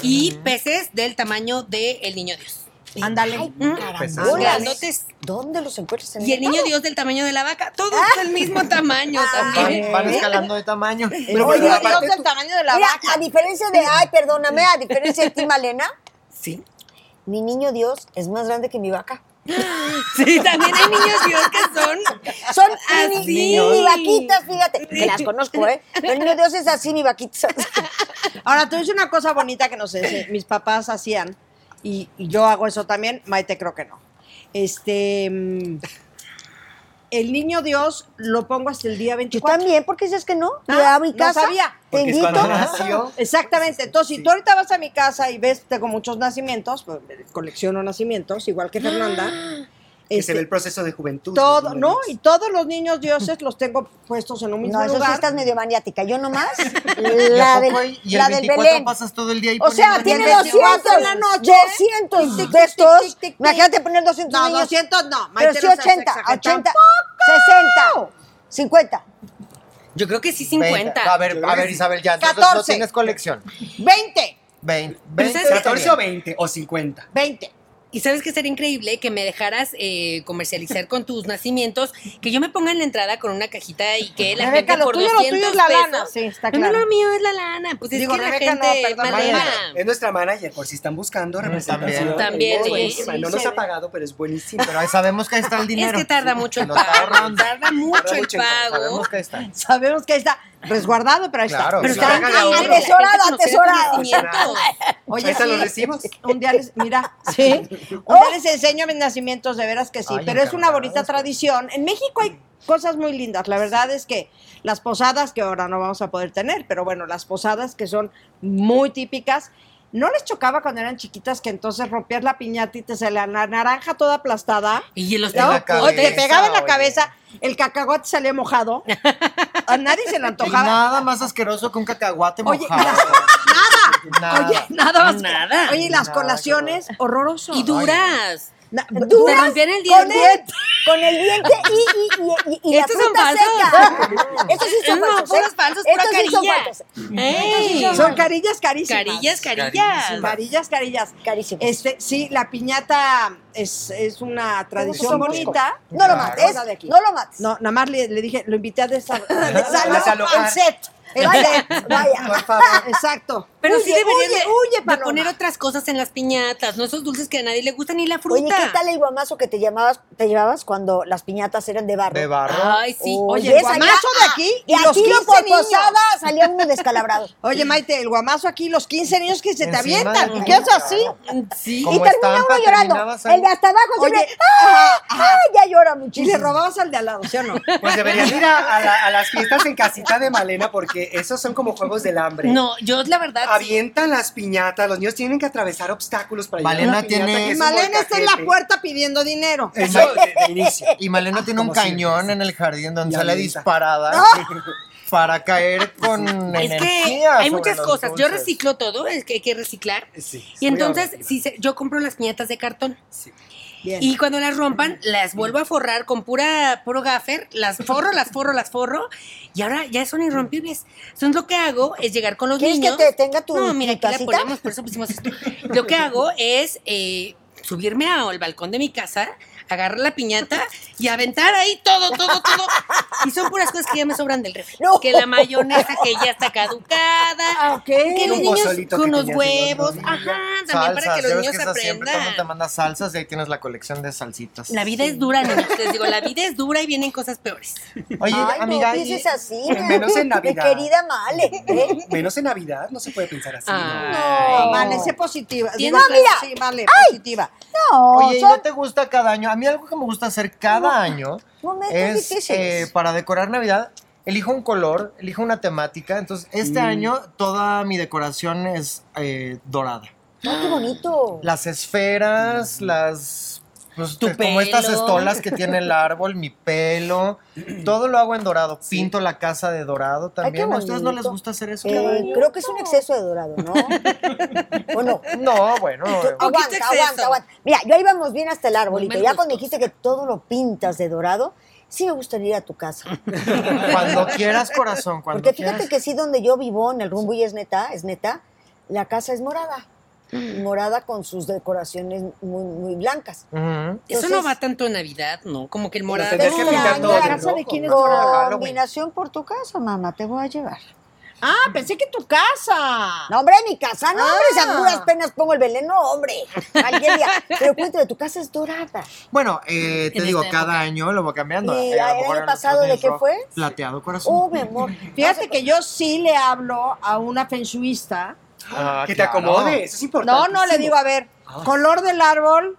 S2: Y
S5: Mm.
S2: peces del tamaño del el niño Dios.
S5: Ándale.
S2: Mm.
S3: Pues,
S6: Bolas.
S2: Grandotes.
S6: ¿Dónde los encuentras? En
S2: Y el niño
S5: Oh.
S2: Dios del tamaño de la vaca. Todos
S5: Ah.
S2: del mismo tamaño también.
S1: Van, van escalando de tamaño.
S6: Pero
S5: Oye,
S6: bueno,
S5: Dios
S6: aparte
S5: del tamaño de la
S6: Mira,
S5: vaca.
S6: a diferencia de, ay, perdóname, a diferencia de ti, Malena,
S2: Sí.
S6: mi niño Dios es más grande que mi vaca.
S2: Sí, también hay niños Dios que son.
S6: Son
S2: Así.
S6: mini, mini vaquitas, fíjate, que las conozco, ¿eh? Pero el niño Dios es así, mi vaquita.
S5: Ahora, tú dices una cosa bonita que no sé, mis papás hacían, y, y yo hago eso también, Maite creo que no. Este, mm, el niño Dios lo pongo hasta el día
S6: Yo
S5: 24.
S6: también, porque dices que no,
S5: Ah,
S6: le abro y
S5: no
S6: casa,
S5: sabía.
S6: te
S3: Porque es
S6: invito.
S3: cuando nació.
S5: Exactamente. Entonces, si tú ahorita vas a mi casa y ves, tengo muchos nacimientos, pues, colecciono nacimientos, igual que Fernanda.
S3: Que
S5: este,
S3: se ve el proceso de juventud.
S5: todo,
S3: del niño
S5: no, y
S3: Dios.
S5: todos los niños dioses los tengo puestos en un mismo
S6: No, eso sí
S5: lugar.
S6: estás medio maniática. Yo nomás,
S1: ¿Y
S6: la
S1: a
S6: del,
S1: poco ahí? ¿Y
S6: la
S1: el
S6: del
S1: 24
S6: Belén.
S1: pasas todo el día ahí
S6: O sea,
S1: poniendo-
S6: tiene
S5: el 24
S6: 200
S5: en la noche.
S6: 200 de estos. Imagínate poner 200
S5: No,
S6: niños.
S5: 200 no,
S6: Pero
S5: Maite
S6: sí
S5: no seas
S6: 80,
S5: exacta,
S6: 80,
S5: tampoco.
S6: 60, 50.
S2: Yo creo que sí,
S1: 20.
S2: 50.
S1: A ver, a ver, Isabel, ya. Entonces no
S5: 14.
S1: tienes colección.
S5: 20,
S1: 20.
S2: Pero
S1: 20
S2: ¿sabes qué?
S3: 14 o 20 o 50.
S5: 20.
S2: Y sabes que sería increíble que me dejaras eh, comercializar con tus nacimientos, que yo me ponga en la entrada con una cajita y que la
S5: Rebeca,
S2: gente
S5: lo
S2: por
S5: tuyo, lo
S2: 200
S5: tuyo es la
S2: pesos.
S5: lana. Sí, está
S2: No, No,
S5: claro.
S2: lo mío es la lana. Pues es
S5: Digo,
S2: que la
S5: Rebeca, no,
S2: gente
S5: perdón,
S2: Malena.
S3: Es nuestra manager, por si están buscando
S5: Mm,
S3: representación.
S2: También,
S3: Es
S2: ¿eh?
S3: buenísima,
S2: Sí,
S3: No
S2: se
S3: nos
S2: ve.
S3: ha pagado, pero es buenísima.
S1: Pero ahí sabemos que ahí está el
S2: Es
S1: dinero.
S2: que tarda mucho el
S1: Lo está
S2: pago.
S1: ahorrando.
S2: Tarda mucho el
S3: mucho en pagar,
S2: pago.
S1: Sabemos que ahí está.
S5: Sabemos que ahí está resguardado, pero ahí
S1: Claro,
S5: está.
S2: Pero
S1: Sí,
S2: está
S1: hagan
S2: increíble
S6: ahorro.
S2: que la gente
S6: Atesorado,
S2: conozca tus
S6: atesorado.
S2: nacimientos.
S5: Oye,
S3: Ahí están los
S5: sí, este,
S3: recibos.
S5: Un día les, mira, sí. Un día les enseño mis nacimientos, de veras que sí,
S1: Ay,
S5: pero es una
S1: encantados,
S5: bonita
S1: pues.
S5: tradición. En México hay cosas muy lindas. La verdad es que las posadas, que ahora no vamos a poder tener, pero bueno, las posadas que son muy típicas. ¿No les chocaba cuando eran chiquitas que entonces rompías la piñata y te se la la naranja toda aplastada?
S2: Y los
S1: En
S5: ¿no?
S1: la
S5: O te
S1: cabeza,
S5: pegaba en la
S1: pues, oye.
S5: cabeza, el cacahuate salía mojado. A nadie se le
S1: Y
S5: antojaba.
S1: nada más asqueroso que un cacahuate
S5: Oye,
S1: mojado. Nada.
S5: Oye, nada más.
S2: Nada.
S5: Oye, y las
S1: Nada,
S5: colaciones, horroroso.
S2: Y duras.
S5: Na-
S2: Te
S6: Duras
S2: rompían el
S6: con
S2: diente.
S6: el, con el diente y, y, y, y, y la
S2: Estos son
S6: fruta
S2: falsos.
S6: seca. Estos sí son
S2: No,
S6: falsos. ¿eh?
S2: puros falsos, pura
S6: Estos sí son
S2: carilla.
S6: falsos.
S2: ¡Ey!
S5: Son carillas carísimas.
S2: Carillas, carillas.
S5: Carillas, carillas.
S6: Carísimos.
S5: Este, sí, la piñata es, es una tradición
S6: son
S5: bonita.
S6: No lo
S1: Claro.
S6: mates,
S5: Cosa de aquí.
S6: no lo mates.
S5: No, nada más le, le dije, lo invité a desa-
S3: desalojar.
S5: desalojar. El set. El
S6: Vaya,
S5: set.
S6: vaya.
S3: Por favor.
S5: Exacto.
S2: Pero sí
S5: Huye,
S2: deberían
S5: huye,
S2: de-
S5: huye,
S2: de,
S5: Paloma.
S2: poner otras cosas en las piñatas, no esos dulces que a nadie le gustan ni la fruta.
S6: Oye, ¿qué tal el guamazo que te llamabas, te llevabas cuando las piñatas eran de barro?
S1: De barro.
S2: Ay, sí.
S5: Oye,
S6: esa
S5: el guamazo de aquí y
S6: de
S5: los
S6: aquí
S5: 15
S6: por
S5: niños.
S6: posada salía uno descalabrado.
S5: Oye, Maite, el guamazo aquí, los 15 niños que se te
S1: Encima
S5: avientan.
S1: de
S5: ¿Y
S1: la
S5: qué es
S1: boca.
S5: así?
S2: mm, Sí.
S1: Como
S6: y termina
S1: estampa,
S6: uno llorando.
S1: terminabas ahí.
S6: El de hasta abajo siempre,
S5: Oye,
S6: ¡ah! ¡ah! Ya llora
S5: Y le
S6: muchísimo.
S5: robabas al de al lado, ¿sí o no?
S3: Pues deberían ir a, a la- a las fiestas en casita de Malena porque esos son como juegos del hambre.
S2: No, yo la verdad. sí.
S3: Avientan las piñatas, los niños tienen que atravesar obstáculos para llegar a
S1: Malena
S3: la piñata,
S1: tiene-
S3: que es un
S5: Malena está en la
S3: molcajete.
S5: puerta pidiendo dinero.
S3: Eso de, de inicio.
S1: Y Malena tiene un
S3: Ah, como siempre,
S1: cañón
S3: sí.
S1: en el jardín donde
S3: Y
S1: sale
S3: Anita.
S1: disparada para caer con
S2: Es que
S1: energía
S2: hay
S1: sobre
S2: muchas
S1: los
S2: cosas. Yo
S1: dulces.
S2: reciclo todo, es que hay que reciclar.
S3: Sí, soy
S2: Y entonces,
S3: ahorrativa.
S2: si se- yo compro las piñatas de cartón.
S3: Sí.
S5: Bien.
S2: Y cuando las rompan, las vuelvo a forrar con pura puro gaffer, las forro, las forro, las forro, y ahora ya son irrompibles. Entonces lo que hago es llegar con los
S6: ¿Quieres que
S2: niños.
S6: te tenga tu-
S2: No, mira,
S6: tu
S2: aquí la
S6: tacita?
S2: ponemos, por eso pusimos esto. Lo que hago es eh, subirme al balcón de mi casa agarrar la piñata y aventar ahí todo, todo, todo. Y son puras cosas que ya me sobran del refri.
S6: No.
S2: Que la mayonesa que ya está caducada.
S5: Ah, ok.
S2: Que los
S3: Un
S2: niños
S3: pozolito
S2: con
S3: que
S2: los
S3: tenías en los
S2: huevos.
S3: rodillos.
S2: Ajá, también para
S1: Salsas,
S2: que
S1: ya
S2: los
S1: ves
S2: niños
S1: esas siempre todo el mundo te
S2: aprendan.
S1: manda salsas y ahí tienes la colección de salsitas.
S2: La vida es dura, niños. Les digo, la vida es dura y vienen cosas peores.
S1: Oye,
S6: Ay,
S1: amiga,
S6: no
S1: y-
S6: dices así.
S3: menos en
S6: Mi
S3: Navidad.
S6: querida Male. ¿eh?
S3: Menos en Navidad, no se puede pensar así. ¿no?
S2: Ay.
S5: No, Vale, sé positiva. Digo,
S2: Tienes-
S5: claro,
S6: mira.
S5: Sí, vale, positiva.
S6: No,
S1: Oye, ¿y
S6: son-
S1: no te gusta cada año? A mí algo que me gusta hacer cada año
S6: momentos
S1: es
S6: difíciles.
S1: eh, para decorar Navidad. Elijo un color, elijo una temática. Entonces, este
S3: Mm.
S1: año toda mi decoración es eh, dorada.
S6: Ay, Ah, qué bonito.
S1: Las esferas, las... pues,
S2: Tu
S1: te- como estas
S2: pelo.
S1: estolas que tiene el árbol, mi pelo. Todo lo hago en dorado. Pinto la casa de dorado también. ¿A ustedes no les
S6: bonito.
S1: gusta hacer eso?
S6: Eh, creo que es un exceso de dorado, ¿no? ¿O no?
S1: No, bueno.
S6: Aguanta,
S2: exceso.
S6: aguanta, aguanta. Mira, yo ahí vamos bien hasta el
S2: No
S6: arbolito.
S2: me
S6: Ya
S2: gustó.
S6: cuando dijiste que todo lo pintas de dorado, sí me gustaría ir a tu casa.
S1: eh, Cuando quieras, corazón, cuando
S6: Porque
S1: quieras.
S6: fíjate que sí, donde yo vivo, en el rumbo, y es neta, es neta, la casa es morada.
S2: Mm.
S6: Morada con sus decoraciones muy, muy blancas.
S1: Ujú.
S2: Eso
S6: Entonces-
S2: no va tanto en Navidad, ¿no? Como que el morado.
S3: tendrías que pintar todo de
S6: ¿La casa de
S3: rojo,
S6: quién es
S1: ¿no?
S6: morada?
S1: Halloween.
S6: Combinación por tu casa, mamá, te voy a llevar.
S5: Ah, pensé que tu casa. Ah.
S6: No, hombre, mi casa, no, hombre, si a puras penas pongo el Belén, no, hombre. Cualquier día. Pero cuéntame, tu casa es dorada.
S1: Bueno, eh, te
S2: En
S1: digo,
S2: esta
S1: cada año lo voy cambiando.
S6: ¿Y
S1: Eh, a lo
S6: este
S1: mejor
S6: el año
S1: en los
S6: pasado de
S1: jardines
S6: qué
S1: rojo,
S6: fue?
S1: Plateado corazón.
S6: Oh, mi amor.
S5: Fíjate que yo sí le hablo a una fensuista.
S1: Ah,
S3: que te
S1: claro.
S3: acomode, eso es
S5: No,
S3: importante.
S5: no, le digo, a ver,
S1: Ah.
S5: color del árbol,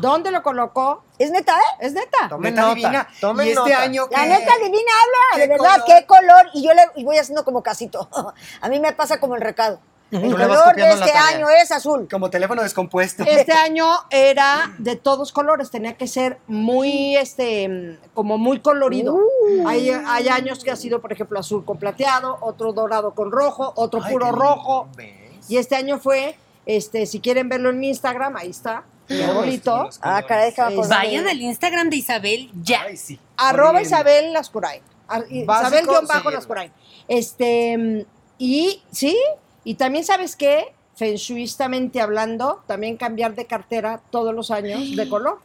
S5: ¿dónde lo colocó?
S6: ¿Es neta, eh?
S5: Es neta.
S1: Tomen
S3: Neta
S1: nota,
S3: divina.
S1: tomen
S3: y este
S1: nota.
S3: año
S6: La
S3: ¿qué?
S6: neta divina habla, de
S3: ¿Qué
S6: verdad,
S3: color?
S6: qué color. Y yo le y voy haciendo como casito. A mí me pasa como el recado. El
S1: Tú le vas
S6: color de
S1: copiando la
S6: este
S1: tarea.
S6: año es azul.
S3: Como teléfono descompuesto.
S5: Este año era de todos colores, tenía que ser muy, este, mm, como muy colorido.
S1: Uh.
S5: Hay, hay años que ha sido, por ejemplo, azul con plateado, otro dorado con rojo, otro
S1: Ay,
S5: puro
S1: qué lindo,
S5: rojo.
S1: ¿ves?
S5: Y este año fue, este, si quieren verlo en mi Instagram, ahí está, mi arbolito,
S6: Ah, caray, déjame
S5: Sí.
S6: acordar.
S2: Vayan al Instagram de Isabel ya.
S3: Ay, sí.
S5: arroba
S3: Oliendo.
S5: Isabel Lascurain. Ar- Isabel guión bajo
S1: seguirla.
S5: Lascurain. Este, mm, y sí, y también sabes qué, fensuistamente hablando, también cambiar de cartera todos los años de color.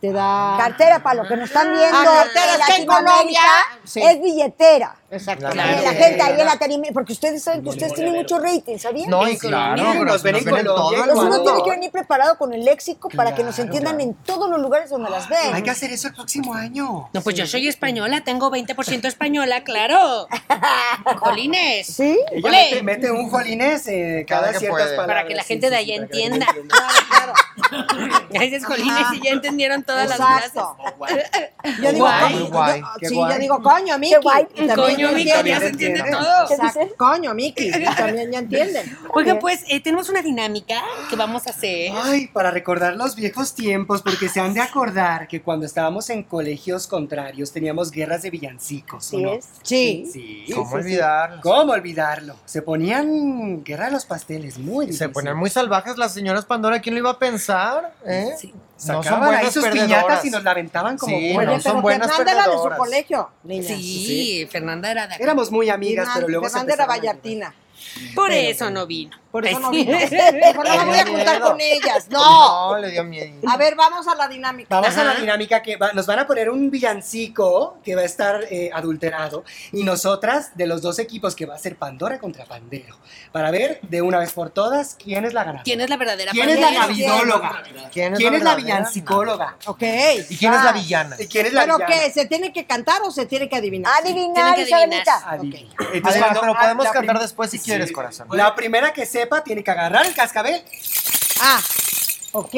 S5: Te da...
S6: Cartera, para los que nos están viendo,
S5: Ah, cartera,
S6: en
S5: está en
S6: Latinoamérica,
S5: Colombia. Sí.
S6: es billetera.
S5: Exacto.
S1: Claro.
S6: Y la gente ahí en la tarima, porque ustedes saben que ustedes tienen mucho rating, ¿sabían?
S1: No,
S2: En
S1: y claro,
S2: Colombia.
S1: corazón,
S3: Nos ven en Colombia,
S1: todo el
S6: Entonces uno
S1: mundo.
S6: tiene que venir preparado con el léxico para que nos
S3: Claro,
S6: entiendan
S3: claro.
S6: en todos los lugares donde las ven.
S3: Hay que hacer eso el próximo año.
S2: No, pues yo soy española, tengo 20% española, claro. Jolines.
S6: ¿Sí?
S3: Ella
S2: Ole.
S3: mete, mete un jolinés eh, cada
S1: Cada que
S3: ciertas
S1: puede.
S3: palabras.
S2: Para que la
S3: sí,
S2: gente
S3: sí,
S2: de
S3: sí,
S2: allá
S3: para que la gente
S2: entienda. Gracias, Jolines, y ya entendieron todas las
S5: Exacto.
S2: frases.
S5: Yo digo,
S2: Guay.
S5: coño,
S1: Guay,
S5: yo-
S1: qué
S5: sí,
S1: guay.
S5: yo digo, coño, Miki.
S6: guay.
S5: y también
S2: Coño,
S5: ya
S2: Miki,
S5: entienden.
S2: ya se entiende todo.
S5: Exacto, Coño, Miki, y también ya entienden.
S2: Oigan, pues eh, tenemos una dinámica que vamos a hacer.
S3: Ay, para recordar los viejos tiempos, porque se han de acordar que cuando estábamos en colegios contrarios teníamos guerras de villancicos, ¿o
S6: Así
S3: no?
S6: es.
S5: Sí.
S3: Sí.
S1: ¿Cómo
S3: sí, sí.
S1: olvidar?
S3: ¿Cómo olvidarlo? Se ponían guerra de los pasteles, muy
S1: Y Se
S3: difícil.
S1: ponían muy salvajes las señoras Pandora. ¿Quién lo iba a pensar? eh?
S2: Sí.
S1: No son
S3: Sacaban ahí
S1: buenas
S3: sus
S1: perdedoras.
S3: piñatas y nos la aventaban como
S1: Sí,
S3: buenas.
S1: no, son
S5: pero
S1: buenas
S5: Fernanda era de su
S1: perdedoras.
S5: colegio,
S2: Sí,
S5: niña.
S2: Fernanda era de acá.
S3: Éramos muy amigas,
S5: Fernan-
S3: pero luego se
S5: Fernanda era
S3: empezaron a llevar.
S5: vallartina.
S2: Por eso no vino.
S5: Por eso
S2: Ay,
S5: no
S2: sí.
S5: vino. Mejor no me voy a juntar con ellas. No.
S1: le dio miedo.
S5: A ver, vamos a la dinámica.
S3: Vamos a
S2: Ajá.
S3: la dinámica que va- nos van a poner un villancico que va a estar eh, adulterado y nosotras de los dos equipos que va a ser Pandora contra Pandero para ver de una vez por todas quién es la ganadora.
S2: ¿Quién es la verdadera
S3: ¿Quién es la
S2: Pandora?
S3: navidóloga?
S1: ¿Quién es
S3: ¿Quién
S1: la pues,
S3: es la
S1: verdadera?
S3: villancicóloga?
S5: Ok.
S1: ¿Y quién es la
S5: Ah.
S1: villana?
S3: ¿Y quién es la
S5: ¿Pero
S3: villana?
S5: qué? ¿Se tiene que cantar o se tiene que adivinar?
S2: Tienen
S6: Adivinar,
S2: que
S6: Isabelita.
S2: adivinar.
S3: Adivina.
S1: A ver,
S3: cuando-
S1: Este, pero podemos
S3: la
S1: cantar
S3: prim-
S1: después si quieres, corazón.
S3: La primera que sepa tiene que agarrar el cascabel.
S5: Ah. Ok.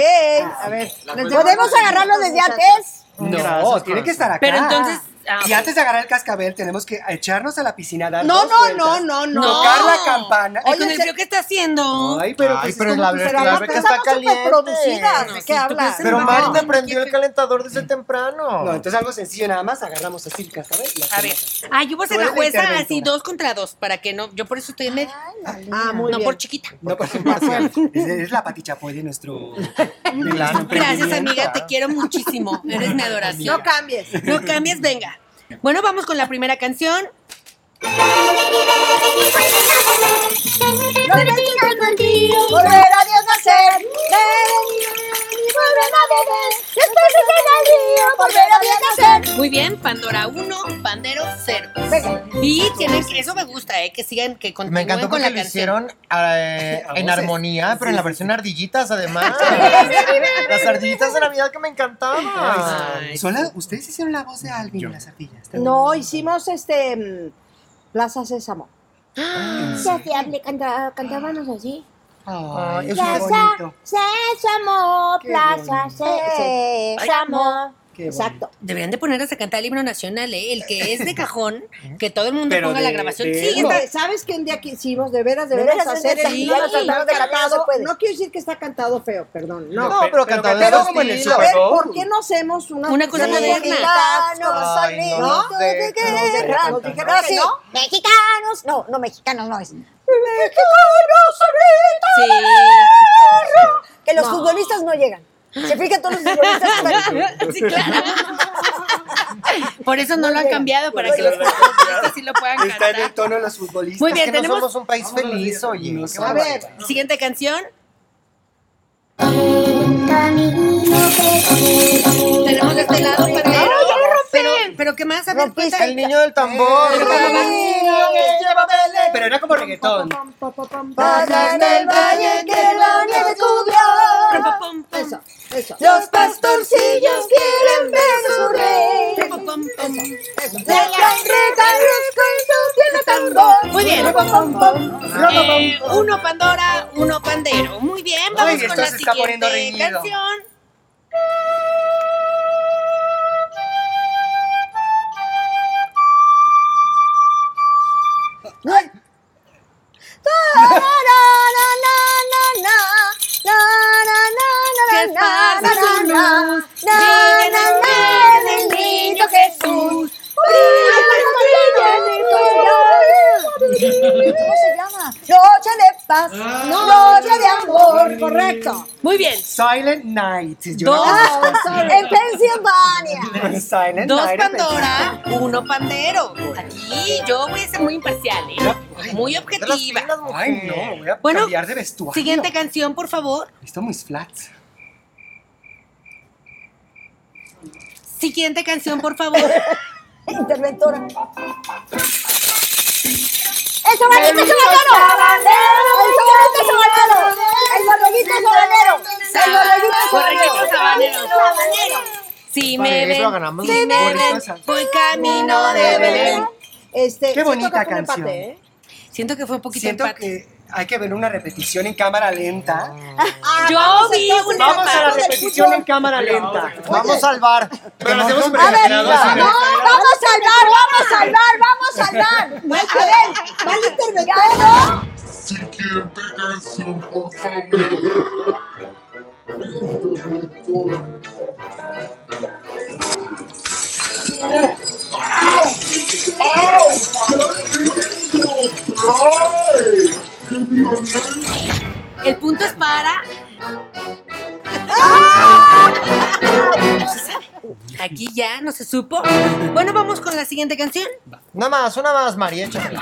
S5: A ver. les debo-
S6: ¿Podemos agarrarlo desde antes?
S3: No,
S1: Gracias,
S3: tiene
S1: corazón.
S3: que estar acá.
S2: Pero entonces. ah,
S3: Y antes de agarrar el cascabel tenemos que echarnos a la piscina, dar
S5: No,
S3: dos
S5: no,
S3: vueltas,
S5: no, no, no.
S3: tocar la campana.
S2: ay, con
S5: Oye,
S2: el
S5: se-
S2: frío que está haciendo.
S3: Ay, pero,
S1: Ay,
S3: pues,
S1: pero
S3: es como
S1: la
S3: que
S1: ver-
S3: será
S1: la
S3: la
S1: ver-
S5: Porque
S1: que
S3: casa-
S1: está
S5: estamos superproducidas.
S2: caliente.
S5: ¿De
S2: No,
S5: qué
S2: sí, tú
S5: hablas?
S2: crees en
S1: Pero
S2: No.
S1: Mari te prendió el calentador desde temprano.
S3: No, entonces algo sencillo nada más, agarramos así el cascabel. y lo
S2: A ver.
S3: hacemos así.
S2: Ah, yo voy a ser
S3: Tú
S2: la
S3: eres la
S2: jueza
S3: interventora.
S2: así, dos contra dos, para que no. Yo por eso estoy en medio.
S5: Ah, muy
S2: no
S5: bien.
S2: por chiquita.
S3: No, por imparcial. Es, es la patichapoy de nuestro. de nuestro
S2: Gracias,
S3: emprendimiento.
S2: amiga, te quiero muchísimo. Eres mi adoración.
S5: No cambies.
S2: No cambies, venga. Bueno, vamos con la primera canción.
S6: Volver a Dios a ser. Ven, volver a
S2: Muy bien, Pandora 1, Pandero 0. Y tienen que, eso me gusta, eh, que sigan, que continúen
S1: Me encantó
S2: con
S1: porque
S2: la
S1: lo
S2: canción.
S1: hicieron eh,
S3: A
S1: en
S3: voces.
S1: armonía, pero en la versión ardillitas además. Las ardillitas de Navidad que me encantaban.
S2: Ay,
S3: Son la- ustedes hicieron la voz de Alvin en las ardillas. también.
S5: No, hicimos este mm, Plaza Sésamo.
S7: Ya te hablé, canta- cantábamos así.
S3: Ay,
S1: Ay,
S3: es
S1: eso
S3: muy
S1: es
S3: bonito.
S7: Sésamo,
S3: Qué
S7: plaza,
S3: bonito.
S7: sésamo.
S3: Qué
S7: Exacto.
S2: Deberían de ponerles a cantar el himno nacional, eh, el que es de cajón, que todo el mundo
S3: Pero
S2: ponga la
S3: de-
S2: grabación.
S3: de-
S2: Sí,
S5: Sí,
S2: está-
S5: hombre, ¿Sabes qué un día quisimos? De veras, de
S6: De
S5: veras,
S6: veras,
S5: hacer
S6: de veras,
S5: sí,
S2: ya lo
S6: trataron de cantar,
S5: cantado-
S6: no se puede.
S5: No quiero decir que está cantado feo, perdón. No.
S1: No, pero cantado de
S5: pero
S1: esos
S5: como en el
S1: estilo.
S5: A ver, ¿por qué no hacemos una,
S2: Una cosa
S5: de-
S2: moderna.
S1: Ay, no,
S6: Mexicanos,
S1: no
S6: solitos
S1: sé,
S6: de
S1: no sé,
S6: guerra.
S1: no
S6: Nos
S1: sé.
S6: dijeron así,
S5: ¿No?
S6: mexicanos, no, no, mexicanos no es.
S2: sí.
S6: Que los futbolistas no llegan. Se fijan todos los futbolistas. que están-
S2: Sí, claro. Por eso no lo han cambiado, para que los futbolistas sí lo puedan
S3: Está en
S2: cantar.
S3: el tono de los futbolistas.
S2: Muy
S1: Es
S2: bien,
S1: que
S2: tenemos-
S1: no somos un país feliz, oye.
S3: No
S1: Qué
S3: somos.
S5: A ver,
S2: Siguiente canción. Tenemos de este lado pandero. Pero, pero ¿qué más? A ver,
S6: Rompiste
S2: cuenta.
S1: El niño del tambor.
S3: Pero era como reggaetón.
S6: Pasa en el valle que la nieve cubrió.
S2: Pum, pum, pum.
S5: eso, eso.
S6: Los pastorcillos quieren ver su rey.
S2: Pum, pum, pum.
S6: Le caen regalos con su tierno tambor.
S2: Muy bien.
S6: Pom, pom.
S2: Eh, uno Pandora, uno Pandero. Muy bien, vamos
S3: Ay,
S2: con
S3: esto
S2: la
S3: se está poniendo
S2: siguiente
S3: reñido.
S2: canción. Que esparza su luz, brilla en el niño Jesús.
S6: ¿Cómo se llama? Noche de paz, noche de amor, correcto.
S2: Muy bien,
S3: Silent Night. Yo
S2: Dos.
S3: la
S6: Ah, en Pensilvania.
S3: conozco. Silent
S2: dos
S3: Night.
S2: Pandora, uno Pandero. Aquí yo voy a ser muy imparcial, ¿eh? muy
S1: De las
S2: objetiva.
S1: filas, mujer.
S3: Ay, no, voy a
S2: Bueno,
S3: cambiar de vestuario.
S2: Siguiente canción, por favor.
S3: Esto muy flats.
S2: Siguiente canción, por favor.
S6: Interventora.
S7: El sobanito sobanero.
S6: El sabanito sabanero. El barrollito sabanero. El barrollito sabanero.
S2: Borreguito sabanero. Si me
S1: Vale, eso lo
S2: ven,
S1: ganamos.
S2: si me ven,
S1: Borreguito sabanero.
S2: voy camino de Belén.
S5: Este,
S3: Qué
S5: siento
S3: bonita
S5: que fue un
S3: canción.
S5: empate, ¿eh?
S2: Siento que fue un poquito
S3: Siento
S2: empate.
S3: que hay que ver una repetición en cámara lenta.
S6: Ah,
S2: Yo vi un
S3: Vamos a la
S2: empate.
S3: repetición en cámara lenta.
S1: Vamos al bar.
S3: Pero lo hacemos
S1: Tenemos-
S3: precavido, así de-
S6: No, vamos a salvar, vamos a salvar, vamos a salvar. A ver, mal interventora.
S2: El punto es para. Aquí ya no se supo. Bueno, vamos con la siguiente canción.
S1: Una más, una más, María, échala.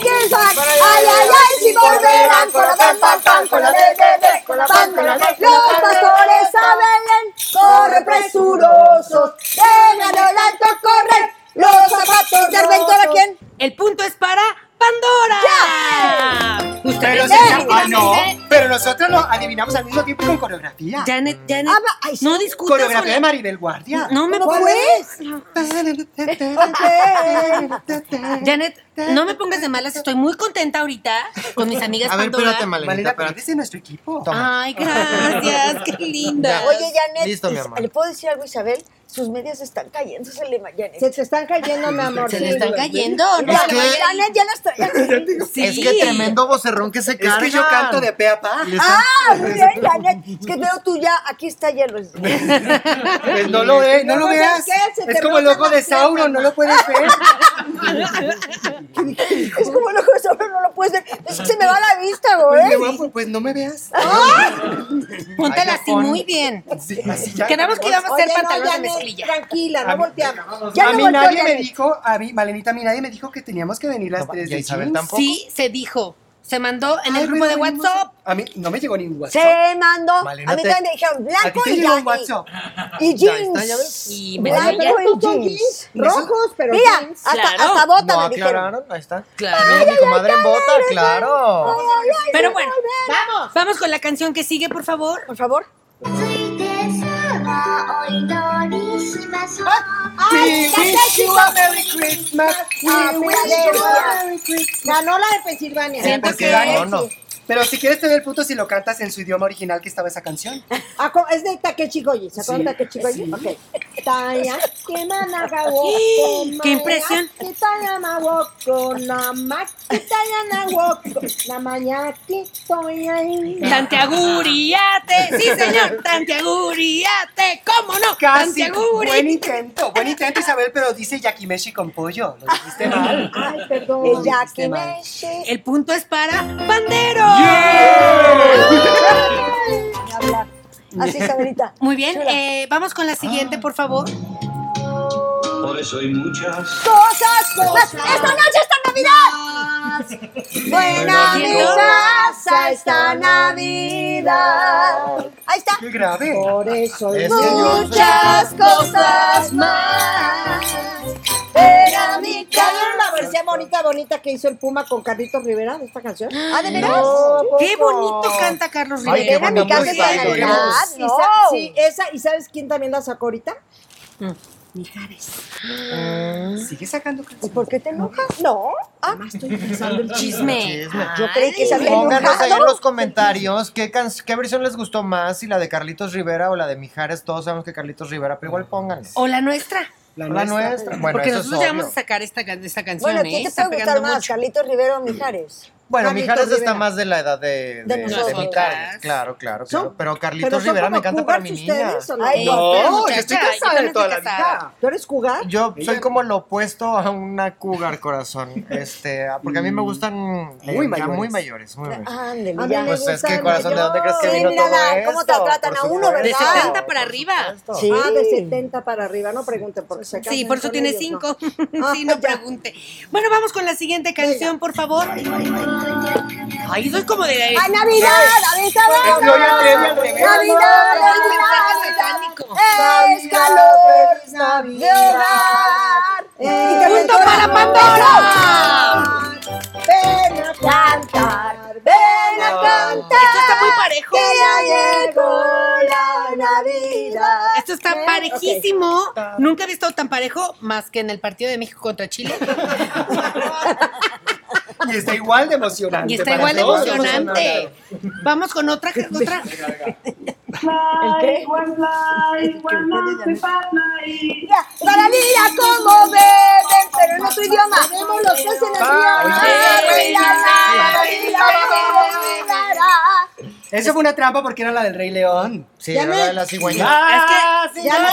S6: ¿Quién sabe? Ay, ay, ay, si volverán con la pan, pan, pan, con la de, de, de, con la pan, con la de. Los pastores a Belén, corre presurosos, vengan al alto a correr, los zapatos de Arventora, ¿quién?
S2: El punto es para Pandora.
S3: Pero,
S2: Ustedes
S3: sí, ah, no,
S2: definitivamente-
S3: pero nosotros lo adivinamos al mismo tiempo con coreografía.
S2: Janet, Janet,
S6: Ah, va, ay, sí.
S2: no discutas. con
S3: Coreografía
S2: la-
S3: de Maribel Guardia.
S2: No me
S6: ¿Cuál
S2: pongas.
S6: es?
S2: Janet, no me pongas de malas. Estoy muy contenta ahorita con mis amigas
S1: A ver,
S2: Pandora.
S1: espérate, Malenita,
S3: Malena, pero
S1: espérate.
S3: eres de nuestro equipo.
S1: Toma.
S2: Ay, gracias. Qué linda.
S1: Ya.
S6: Oye, Janet, este,
S1: Listo, mi amor.
S6: ¿le puedo decir algo, Isabel? Sus medias están cayendo, se le Janet.
S5: Se te están cayendo, mi amor.
S2: se
S5: sí.
S2: le están cayendo. No,
S1: Es que-
S6: Janet ya las traía.
S2: Sí.
S1: Es que tremendo vocerrón que se
S3: Es
S1: carga.
S3: que yo canto de pe a pa.
S6: Ah, muy bien, Janet. Es que veo tú ya, aquí está hielo.
S3: Pues no lo, ve- no lo
S5: No, ¿sabes
S3: veas.
S5: qué? Se
S3: Es
S5: te
S3: como el
S5: rompen
S3: ojo de
S5: las piernas.
S3: Sauron, no lo puedes ver.
S6: Es como el ojo de sobre, no lo puedes ver. Es que se me va la vista,
S3: Pues,
S6: güey.
S3: me voy a pon- pues no me veas.
S2: Póntala así
S1: Ay, no,
S2: muy bien.
S3: Sí, así ya.
S2: Quedamos que íbamos a
S5: Oye,
S2: hacer
S5: no,
S2: pantalones de
S5: Janet,
S2: mezclilla.
S5: Tranquila, no volteamos.
S3: a
S6: no
S3: mí
S6: volteó
S3: nadie me
S6: Janet.
S3: dijo, a mí, Malenita, a mí nadie me dijo que teníamos que venir las
S1: No,
S3: tres
S1: y a
S3: de
S1: Isabel
S3: jeans.
S1: tampoco.
S2: Sí, se dijo. Se mandó en el
S3: Ay,
S2: grupo de
S3: pero venimos a-
S2: WhatsApp.
S3: A mí no me llegó ningún WhatsApp.
S6: Se mandó.
S3: Malena,
S6: a mí
S3: te-
S6: también me dijeron
S3: ¿A ti
S6: blanco
S3: te
S6: y,
S3: llegó un
S6: y-
S3: WhatsApp?
S6: y
S1: Ya está, ya
S6: jeans.
S1: ves.
S2: Y me
S6: Blanco
S2: enseñó-
S6: y jeans.
S5: Rojos, pero
S6: Mira,
S5: jeans.
S6: hasta,
S2: Claro.
S6: hasta bota
S1: No
S6: me dijeron.
S1: aclararon, ahí está.
S2: Claro.
S1: Mira, mi comadre en bota, claro.
S2: Pero bueno, vamos. Vamos con la canción que sigue, por favor.
S6: Por favor.
S7: Soy tesoro, hoy dorísima soy.
S3: We wish you a Merry Christmas.
S5: Ah,
S3: We wish you a Merry Christmas.
S5: Ganó la de Pensilvania.
S1: Eh,
S2: Siento
S1: porque
S2: que-
S1: ganó, no.
S3: Pero si quieres te doy el punto si lo cantas en su idioma original que estaba esa canción.
S5: Ah, co- Es de Takechi Goyi. ¿Se acuerdan de Takechi Goyi? Ok.
S7: Taya, que managawo,
S2: ¡Qué
S7: que
S2: impresión!
S7: Que taya na woko, na ma- que taya na woko, na mañaki, toya y-
S2: Tanteaguriate. Sí, señor. Tanteaguriate. ¿Cómo no?
S3: Casi. Buen
S2: Tanteaguri.
S3: intento, buen intento Isabel, pero dice yakimeshi con pollo. Lo dijiste mal.
S7: Ay, perdón.
S6: El
S3: ya.
S6: Jackie
S3: mal.
S6: Meche.
S2: El punto es para Pandero.
S6: Ni hablar. Así, Sabrita.
S2: Muy bien.
S6: Chula.
S2: eh, vamos con la siguiente, por favor.
S8: Por eso hay muchas.
S6: Cosas, cosas. Esta noche, esta Navidad. Buena
S2: Buena
S6: mi
S2: vida.
S6: casa esta Navidad. Ahí está.
S3: Qué grave.
S2: Oh.
S5: Por eso
S1: Es que yo-
S6: Muchas cosas más. Era mi
S5: ¿Cayeron la
S6: casa.
S5: versión bonita, bonita que hizo el Puma con Carlitos Rivera de esta canción?
S6: Ah, de veras.
S5: No,
S2: Qué
S5: poco.
S2: bonito canta Carlos
S1: Ay,
S2: Rivera.
S1: qué
S6: Era mi
S1: bonito
S6: casa esta
S1: está, qué
S6: Navidad.
S5: Y
S6: No.
S5: sa- sí, esa, ¿y sabes quién también la sacó ahorita?
S3: Sigue sacando
S6: ¿Y
S3: canciones.
S6: por qué te enojas? No. Ah,
S2: Chisme.
S1: Chisme.
S6: yo creí que se había
S1: Pónganos ahí en
S6: enojado.
S1: los comentarios qué, can- qué versión les gustó más, si la de Carlitos Rivera o la de Mijares. Todos sabemos que Carlitos Rivera, pero igual pónganos.
S2: O la nuestra.
S3: La,
S1: La
S3: nuestra.
S1: nuestra. Bueno,
S2: Porque
S1: eso
S2: nosotros
S1: es
S2: ya
S1: obvio.
S2: vamos a sacar esta, can- esta canción.
S6: Bueno,
S2: ¿eh?
S6: ¿quién te
S2: Está
S6: puede gustar
S2: pegando
S6: más,
S2: mucho.
S6: Carlitos Rivera o Mijares?
S1: Bueno,
S5: Carlitos
S1: Mijares está
S5: Rivera.
S1: más de la edad de, de,
S6: De
S1: de
S6: nosotras.
S1: Mijares. Claro, claro,
S5: Son-
S1: claro. Pero Carlitos
S5: Pero son
S1: Rivera me
S5: como
S1: encanta para ¿eh? mi
S5: cougars
S1: niña.
S5: ustedes, ¿o
S6: Ay,
S5: no?
S6: no.
S3: No, yo
S2: Muchacha,
S3: estoy
S2: yo
S3: casada
S2: también
S3: de toda la
S2: estoy casada.
S3: vida.
S5: ¿Tú eres jugar?
S1: Yo soy
S3: Ella-
S1: como lo opuesto a una cougar corazón, este, ah, porque a mí me gustan eh,
S3: Muy
S1: ya
S3: mayores.
S1: muy mayores, muy mayores.
S6: Ándele,
S5: mí
S6: ya.
S5: me
S1: Pues es que
S5: gustan
S1: corazón, ¿de dónde crees que
S6: mayores.
S1: vino
S6: Sí,
S1: todo
S6: mira,
S1: esto?
S6: ¿cómo te tratan
S1: Por
S6: a uno,
S1: supuesto,
S2: De
S6: verdad?
S2: 70 para
S1: por
S2: arriba.
S1: supuesto.
S6: Sí.
S5: Ah, de 70 para arriba, no pregunten porque se
S2: Sí,
S5: casan
S2: por eso
S5: con
S2: tiene
S5: ellos, ¿no?
S2: cinco.
S5: Ah,
S2: sí, no
S5: ya.
S2: pregunte. Bueno, vamos con la siguiente canción, por favor. Ay, soy como de. Pues
S6: ¡A Navidad! ¡Avísala!
S3: Es Gloria Trevi al revés.
S6: ¡Navidad!
S2: Mensaje
S6: ¡Navidad!
S2: satánico.
S6: ¡Es calor de hogar!
S5: Punto
S6: para
S2: Pandora!
S6: ¡Ven a cantar! ¡Ven a cantar!
S2: Esto está muy parejo.
S6: ¡Que ya llegó la Navidad!
S2: Esto está parejísimo. Nunca había estado tan parejo más que en el partido de México contra Chile.
S3: Y está igual de emocionante.
S2: Y está
S3: para
S2: igual de
S3: todos.
S2: emocionante. Vamos con otra. otra.
S6: Mira, Maravilla como beben, pero en otro idioma. Vemos los tres en el
S2: Oye,
S3: Eso fue una trampa porque era la del Rey León.
S1: Sí, era la de la cigüeña.
S3: Ah, sí,
S5: Ya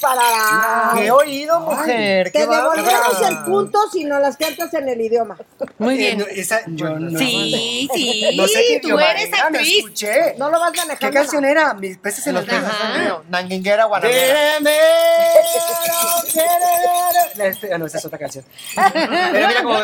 S6: Para
S1: ¡Qué oído, mujer!
S5: Te
S1: ¡Qué bárbara!
S5: devolvemos el punto si no las cantas en el idioma.
S2: Muy
S3: Eh,
S2: bien.
S3: no, esa- yo no,
S2: Sí, sí.
S3: no sé qué
S2: Tú
S3: idioma
S2: eres
S3: era, no
S2: actriz.
S3: escuché.
S5: No lo vas manejando.
S3: ¿Qué canción era? Mis peces en los
S1: Los
S3: peces.
S1: peces son míos. Nanguinguera, guanabera.
S3: La este- ah, no, esa es otra canción. Pero mira cómo.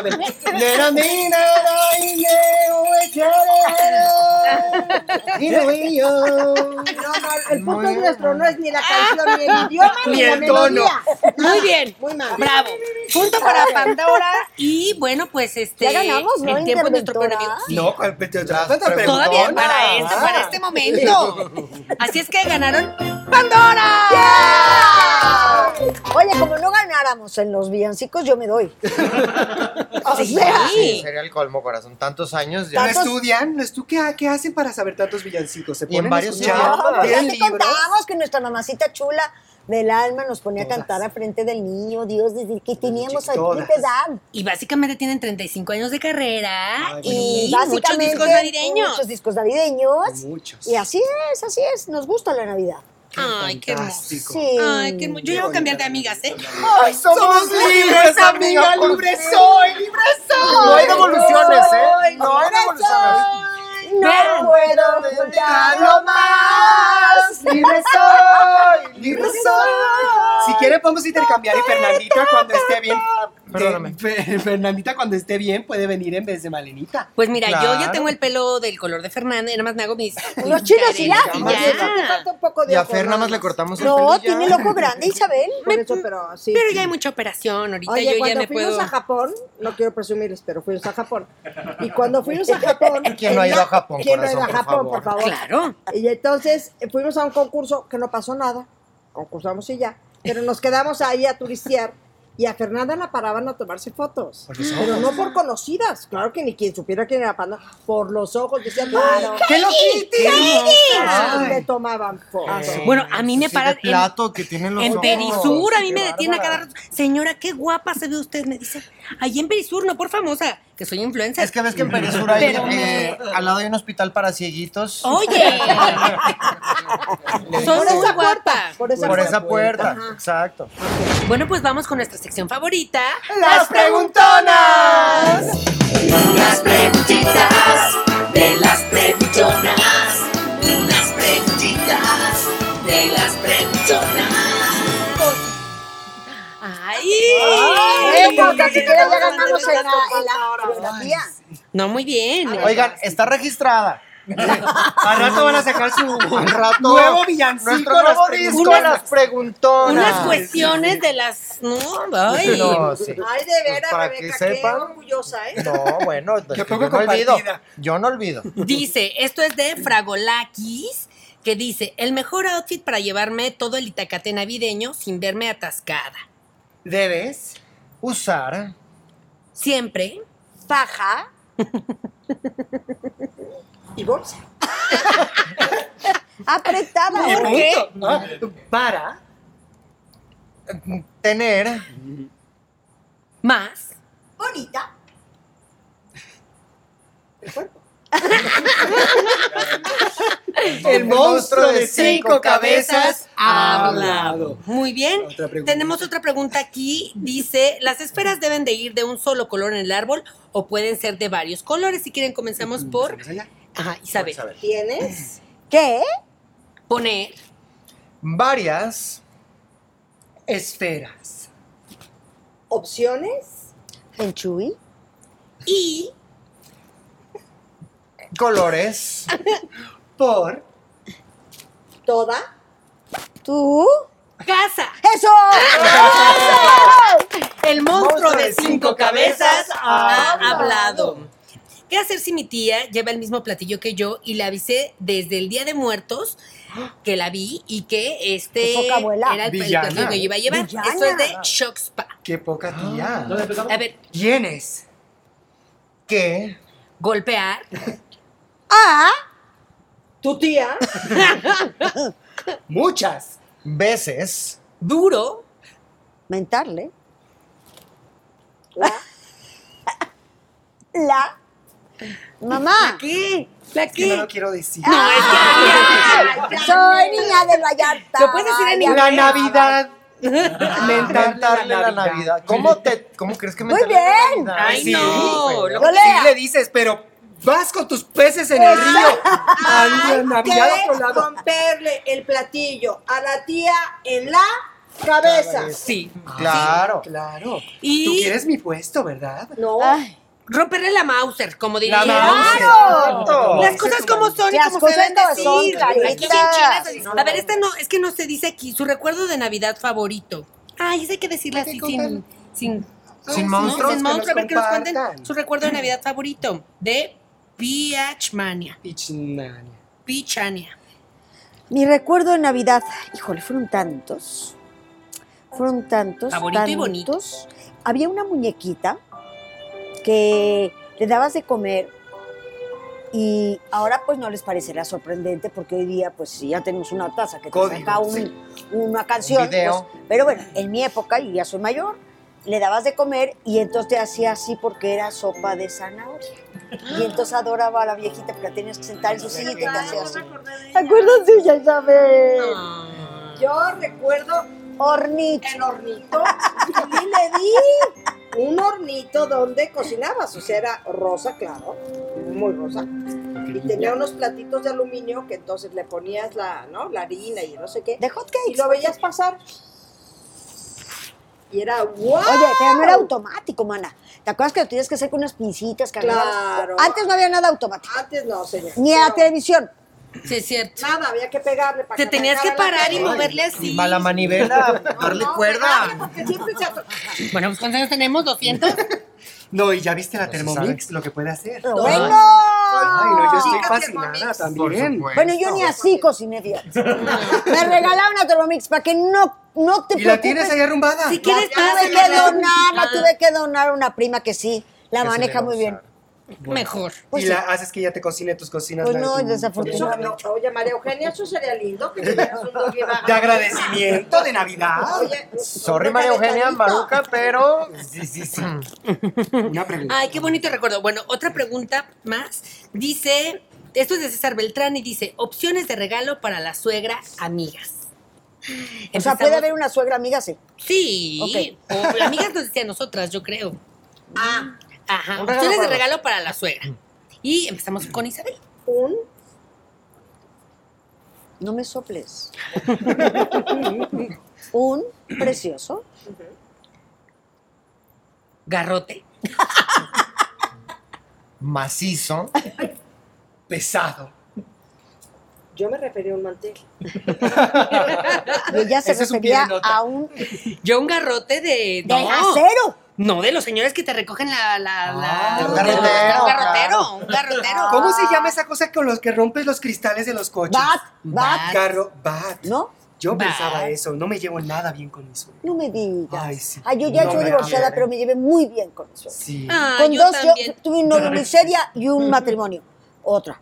S5: El punto
S1: Muy
S5: es nuestro, no es ni la canción, ni el idioma, ni,
S3: Ni
S5: la
S3: el tono.
S5: melodía.
S2: Muy bien.
S5: Muy mal.
S2: Bravo. Punto para Pandora. Y bueno, pues este.
S6: Ya ganamos, ¿no,
S2: El tiempo es nuestro peor amigo.
S6: interventora?
S3: No, ¿cuál pe- te- Ah, te- te- te- te-
S2: Todavía
S3: preguntona.
S2: para este, para este momento. Así es que ganaron Pandora.
S3: Ah.
S6: Oye, como no ganáramos en los villancicos, yo me doy. O sea,
S1: Sí, sería el colmo, corazón. Tantos años
S3: ¿No
S1: ya.
S3: estudian? ¿No estu- qué, qué hacen para saber tantos villancicos? ¿Se
S1: Y en
S3: ponen a
S1: varios
S3: escuchar?
S1: idiomas.
S6: ya
S3: ¿Tienen
S6: te
S3: libros?
S6: contábamos que nuestra mamacita chula del alma nos ponía a cantar al frente del niño, Dios, desde que teníamos aquí
S3: Todas.
S6: qué edad.
S2: Y básicamente tienen 35 años de carrera
S3: Ay, bueno.
S2: y, muchos
S6: básicamente,
S2: discos navideños.
S6: Muchos discos navideños.
S3: Muchos.
S6: Y así es, así es. Nos gusta la Navidad.
S2: Ay, qué hermoso.
S3: Fantástico.
S6: Sí.
S2: Ay, qué hermoso. Yo ya voy a cambiar de amigas, ¿eh?
S3: ¡Ay, somos, libres, amiga!
S1: por
S3: ¡Libre
S1: fin!
S3: soy! ¡Libre soy!
S1: No hay devoluciones, ¿eh? No hay devoluciones.
S6: No puedo
S3: ¡Dejarlo más! ¡Libre soy! ¡Libre soy! Si quiere podemos intercambiar y Fernandita cuando esté bien Eh,
S1: Perdóname.
S3: Fe- Fernandita, cuando esté bien, puede venir en vez de Malenita.
S2: Pues mira, yo ya
S1: Claro.
S2: tengo el pelo del color de Fernanda, nada más me hago mis.
S6: Los chinos y ya.
S5: Oye, no te falta un poco de
S1: Y a
S5: ojo,
S1: Fer nada
S5: ¿no?
S1: más le cortamos el pelo
S6: No,
S1: y ya.
S6: tiene el ojo grande, Isabel.
S5: Por eso, pero sí.
S2: Pero ya hay mucha operación, ahorita
S5: Oye,
S2: yo ya
S5: cuando
S2: me
S5: fuimos
S2: puedo.
S5: a Japón, no quiero presumirles, pero fuimos a Japón. Y cuando fuimos a Japón...
S1: ¿Quién no ha ido a Japón,
S5: ¿Quién no ha ido a
S1: corazón, por
S5: Japón, por
S1: favor?
S5: favor?
S2: Claro.
S5: Y entonces eh, fuimos a un concurso que no pasó nada, concursamos y ya, pero nos quedamos ahí a turistear y a Fernanda la paraban a tomarse fotos.
S3: Por los
S5: Pero
S3: ojos.
S5: no por conocidas, claro que ni quien supiera quién era Panda, por los ojos, decían, claro,
S3: ¡Qué lo
S5: ah,
S1: Ay. Ah,
S5: le tomaban fotos.
S1: Sí,
S2: Bueno, a mí me
S1: sí,
S2: paran
S1: de
S2: en-
S1: plato que tienen los
S2: En
S1: ojos.
S2: Perisur, a mí
S5: qué
S2: me detienen a cada
S5: bárbara.
S2: rato. Señora, qué guapa se ve usted, me dice. Allí en Perisur, no por famosa, que soy influencer.
S1: Es que ves que en Perisur hay,
S2: Pero me-
S1: eh, al lado hay un hospital para cieguitos.
S2: Oye, soy
S5: Por
S2: muy
S5: esa
S2: guapa.
S5: puerta, por esa
S1: por
S5: puerta.
S1: esa puerta.
S5: Ajá.
S1: Exacto.
S2: Bueno, pues vamos con nuestra sección favorita.
S1: ¡Las preguntonas!
S4: Unas preguntitas de las preguntonas. Unas preguntitas de las preguntonas.
S2: ¡Ay!
S5: Ay, porque si quieres ya ganamos en la- en la-
S6: Biografía.
S2: No, muy bien.
S1: Oigan, está registrada. Al rato van a sacar su al rato,
S3: Nuevo villancico,
S1: Nuestro nuevo disco,
S3: las
S2: preguntonas.
S1: las preguntonas.
S2: Unas cuestiones de las. No, ay.
S1: No, sí. Pues
S5: Ay, de veras,
S1: Para que
S5: Rebeca, qué
S1: sepan.
S5: orgullosa, ¿eh?
S1: No, bueno, es que
S3: Qué
S1: yo
S3: poco
S1: no olvido.
S3: compartida.
S1: Yo no olvido.
S2: Dice, esto es de Fragolakis, que dice, el mejor outfit para llevarme todo el itacate navideño sin verme atascada.
S3: Debes.
S1: Usar
S2: Siempre.
S6: Paja.
S5: Y bolsa.
S6: Apretada.
S3: Y
S6: ¿Por qué?
S3: punto. Ah, Para.
S1: tener
S2: Más.
S6: Bonita.
S3: El monstruo de cinco cabezas ha hablado.
S2: Muy bien.
S3: Otra pregunta.
S2: Tenemos otra pregunta aquí. Dice, ¿las esferas deben de ir de un solo color en el árbol o pueden ser de varios colores? Si quieren, comenzamos por... Ajá, Isabel.
S5: ¿Tienes?
S6: ¿Qué?
S2: Poner
S1: varias
S3: Esferas.
S5: ¿Opciones?
S6: En Chuy.
S2: y...
S1: colores
S3: Por.
S5: ¿Toda?
S6: ¿Tú?
S2: Casa.
S6: ¡Eso!
S2: El monstruo,
S1: Monstruo
S2: de
S1: de
S2: cinco
S1: cinco
S2: cabezas
S1: cabezas
S2: ha
S1: ha
S2: hablado. ¿Qué hacer si mi tía lleva el mismo platillo que yo y le avisé desde el Día de Muertos que la vi y que este
S6: Pues, abuela,
S2: era el, el
S3: villana.
S2: platillo que yo iba a llevar?
S6: Villana.
S2: Esto es de Shock Spa.
S3: Qué poca
S1: Ah.
S3: tía.
S2: A ver,
S3: ¿Quiénes?
S1: que
S2: golpear,
S6: Ah,
S5: ¿Tu tía?
S3: Muchas.
S1: veces
S2: duro,
S6: mentarle.
S5: La,
S6: La. Mamá.
S2: ¿qué? ¿La
S3: Que no
S2: qué?
S3: lo quiero decir.
S2: No, es que
S6: Soy niña de Vallarta.
S2: Lo puedes decir en
S6: Vaya.
S3: La Ah, Navidad.
S1: Ah. mentarle la Navidad. ¿Cómo te cómo crees que mentarle
S6: bien.
S1: la Navidad?
S2: Ay, no. Lo-
S3: Lo que
S6: Golea.
S3: sí le dices, pero vas con tus peces en el río. A la Navidad a otro
S5: es
S3: lado.
S5: romperle el platillo a la tía en la cabeza.
S2: Sí.
S1: Claro.
S3: Claro.
S2: Y-
S3: Tú quieres mi puesto, ¿verdad?
S5: No,
S6: Ay,
S2: Romperle la Mauser, como diría.
S1: La
S3: Claro.
S1: Mauser.
S2: Las cosas como son y
S6: Las
S2: como se
S6: cosas
S2: deben
S6: como son,
S2: decir. Aquí bien
S6: Clarita.
S2: chidas. A ver, este no, es que no se dice aquí. Su recuerdo de Navidad favorito. Ay, ese hay que decirle así sin, sin,
S1: Sin
S2: ¿no?
S1: monstruos.
S2: Sin
S3: que nos
S2: monstruo, a ver que nos cuenten
S3: compartan.
S2: su recuerdo de Navidad favorito. De Piachmania.
S3: Pichnania.
S2: Pichania.
S6: Mi recuerdo de Navidad. Híjole, fueron tantos. Fueron tantos.
S2: Favorito y bonito.
S6: tantos. Había una muñequita que le dabas de comer y ahora pues no les parecerá sorprendente porque hoy día pues si ya tenemos una taza que te
S1: Código,
S6: saca un-
S1: sí.
S6: una canción.
S1: Un video.
S6: pues, pero bueno, en mi época, y ya soy mayor, le dabas de comer y entonces te hacía así porque era sopa de zanahoria. Y entonces adoraba a la viejita porque la tenías que sentar en su silla y te hacía así. ¿Te acuerdas de ella, Isabel?
S5: yo recuerdo
S6: Hornich.
S5: el hornito y le di un hornito donde cocinabas, o sea, era rosa, claro, muy rosa. Y tenía unos platitos de aluminio que entonces le ponías la, ¿no? la harina y no sé qué.
S6: De hot
S5: Y lo veías pasar.
S7: Y era guau.
S6: Oye, pero no era automático, mana. ¿Te acuerdas que lo tenías que hacer con unas pincitas, cargadas?
S7: Claro.
S6: Antes no había nada automático.
S7: Antes no, señor.
S6: Ni a la
S7: No,
S6: televisión.
S2: Sí, es cierto.
S7: Nada, había que pegarle para
S2: Te tenías que
S7: arrancara la
S2: parar y
S7: tele.
S2: moverle así.
S1: Mala manivela,
S7: No,
S1: darle
S7: no, pegarle
S1: cuerda.
S7: Porque siempre se ator-
S2: Bueno, pues ¿cuántos años tenemos? ¿200?
S3: No, y ya viste la
S1: No se
S3: Thermomix, lo que puede hacer.
S6: Pero
S3: Ay,
S6: bueno.
S3: no, yo estoy
S7: Chica
S3: fascinada
S7: Thermomix.
S1: Por
S3: también.
S1: supuesto.
S6: Bueno, yo ni así cociné bien. Me regalaron una Thermomix para que no, no te
S3: ¿Y la tienes ahí
S6: preocupes.
S3: arrumbada?
S2: Si
S6: La
S2: quieres,
S6: tuve
S2: pásamela.
S6: que Ah. donar, la tuve que donar a una prima que sí, la
S1: Que se
S6: maneja
S1: le
S6: muy
S1: va a
S6: bien.
S1: usar.
S2: Mejor.
S6: Pues
S3: y
S6: sí.
S3: la haces que ella te cocine tus cocinas.
S6: Pues
S3: la de
S6: no,
S3: tu-
S6: desafortunadamente.
S7: Eso, no, oye, María Eugenia, eso sería lindo que tuvieras un doggy bag.
S3: De agradecimiento de Navidad.
S7: Oye,
S1: Sorry,
S7: un
S1: María Eugenia,
S7: detallito.
S1: Maruca, pero. Sí, sí, sí.
S3: Una pregunta.
S2: Ay, qué bonito recuerdo. Bueno, otra pregunta más. Dice, esto es de César Beltrán y dice, opciones de regalo para la suegra amigas.
S6: O sea, puede haber una suegra amiga, sí.
S2: Sí,
S6: Ok.
S2: o amigas nos decía a nosotras, yo creo.
S7: Ah,
S2: Ajá,
S1: Un regalo
S2: opciones de
S1: para la- Mm.
S2: regalo para la suegra. Y empezamos con Isabel.
S7: un
S6: No me soples. Un precioso.
S2: Garrote.
S1: Macizo.
S3: Pesado.
S7: yo me refería a un mantel.
S6: Y ella se
S3: Ese es un pie de
S6: refería
S3: nota.
S6: a un de
S2: Yo un garrote de... no,
S6: acero.
S2: no, de los señores que te recogen la... la, la-
S1: Ah,
S2: los-
S1: un garrotero,
S2: Un garrotero,
S1: claro.
S2: un garrotero.
S3: ¿Cómo se llama esa cosa con los que rompes los cristales de los coches?
S6: Ah. Bat, bat,
S2: Bat.
S3: Carro, bat.
S6: ¿no?
S3: Yo
S2: Bat.
S3: pensaba eso. No me llevo nada bien con eso.
S6: No me digas.
S3: Ay, sí.
S6: Ay, yo ya
S3: No
S6: soy
S3: me
S6: divorciada,
S3: quiere.
S6: pero me llevé muy bien con eso.
S3: Sí.
S2: Ah,
S6: con
S2: yo
S6: dos,
S2: también.
S6: yo tuve un novio miseria y un matrimonio. Otra.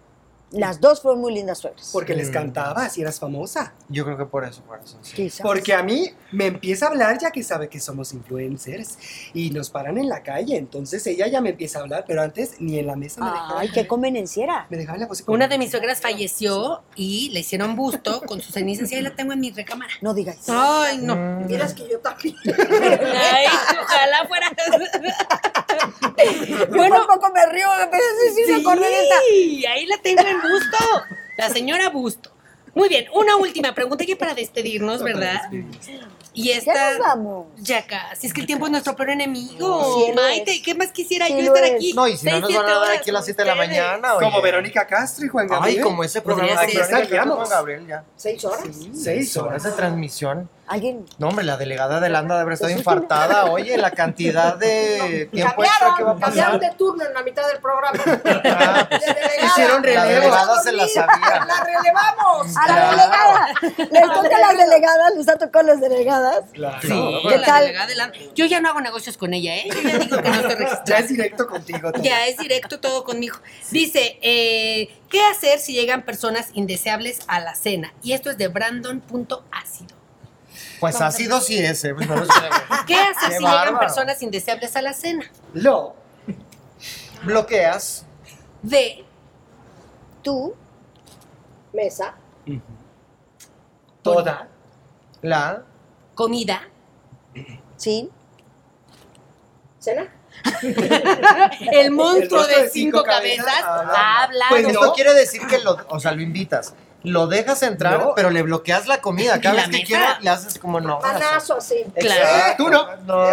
S6: Las dos fueron muy lindas suegras.
S3: Porque les
S1: Mm.
S3: cantabas y eras famosa.
S1: Yo creo que por eso, por eso. sí.
S6: Quizás.
S3: Porque a mí me empieza a hablar ya que sabe que somos influencers y nos paran en la calle. Entonces ella ya me empieza a hablar, pero antes ni en la mesa me dejaba.
S6: Ay, qué convenenciera.
S3: Me dejaba en la cosa.
S2: Ah. Una de mis suegras falleció y le hicieron busto con sus cenizas y ahí la tengo en mi recámara.
S6: No digáis.
S2: Ay, no.
S1: Mm.
S7: Miras que yo también.
S2: Ay, ojalá fuera.
S6: Bueno, un poco me río, me empecé a decir, me acordé de esta.
S2: Sí, ahí la tengo en busto. La señora busto. Muy bien, una última pregunta aquí para despedirnos, ¿verdad? Y
S6: Ya nos
S2: esta.
S6: vamos.
S2: Ya casi, es que el tiempo es nuestro peor enemigo.
S6: Sí lo
S2: Maite,
S6: es.
S2: ¿qué más quisiera
S6: Sí
S2: yo
S6: lo
S2: estar
S6: es.
S2: aquí?
S1: No, y si no nos
S2: seis,
S1: van a
S2: siete
S1: dar
S2: horas
S1: aquí a las
S2: con
S1: 7 de la
S2: ustedes?
S1: mañana. oye.
S3: Como Verónica Castro y Juan Gabriel.
S1: Ay, como ese programa
S2: Podría
S1: de
S2: ser.
S1: Gabriel,
S3: Estaríamos.
S1: Juan Gabriel, ya.
S7: ¿Seis horas?
S3: Seis horas.
S1: de transmisión.
S6: Alguien.
S1: No, hombre, la delegada de Landa debe haber estado infartada. Oye, la cantidad de tiempo extra que va
S7: Cambiaron,
S1: a
S7: cambiaron
S1: pasar.
S7: de turno en la mitad del programa.
S1: Ah, pues,
S7: De delegada.
S1: Hicieron
S3: relevo.
S1: La delegada se la sabía.
S7: La relevamos.
S6: A la
S1: Claro.
S6: delegada. Les toca a las delegadas, les ha tocado a las delegadas.
S3: Claro.
S2: Sí,
S6: ¿Qué
S2: la
S6: tal?
S2: delegada de la- Yo ya no hago negocios con ella, ¿eh? Yo ya digo que no estoy registrada.
S3: Ya es directo contigo. todo.
S2: Ya es directo todo conmigo. Dice, eh, ¿qué hacer si llegan personas indeseables a la cena? Y esto es de Brandon.ácido.
S1: Pues ha sido sí ese. pues, no lo sé.
S2: ¿Qué hacer
S1: Qué
S2: si llegan
S1: bárbaro.
S2: personas indeseables a la cena?
S3: Lo.
S1: Bloqueas.
S2: De,
S6: Tú,
S7: Mesa.
S3: Toda.
S1: La.
S2: comida,
S6: sí.
S7: ¿Cena?
S2: el monstruo
S3: rostro
S2: de
S3: de
S2: cinco,
S3: cinco
S2: cabezas, ah,
S3: cabezas
S2: habla.
S1: Pues
S3: no.
S1: esto quiere decir que lo, o sea, lo invitas. Lo dejas entrar,
S3: No.
S1: pero le bloqueas la comida.
S2: ¿Y
S1: Cada
S2: la
S1: vez que
S2: mesa?
S1: quiera, le haces como no.
S6: Ah,
S7: Panazo así.
S2: Claro. Eh,
S1: Exacto.
S3: Tú no.
S1: No.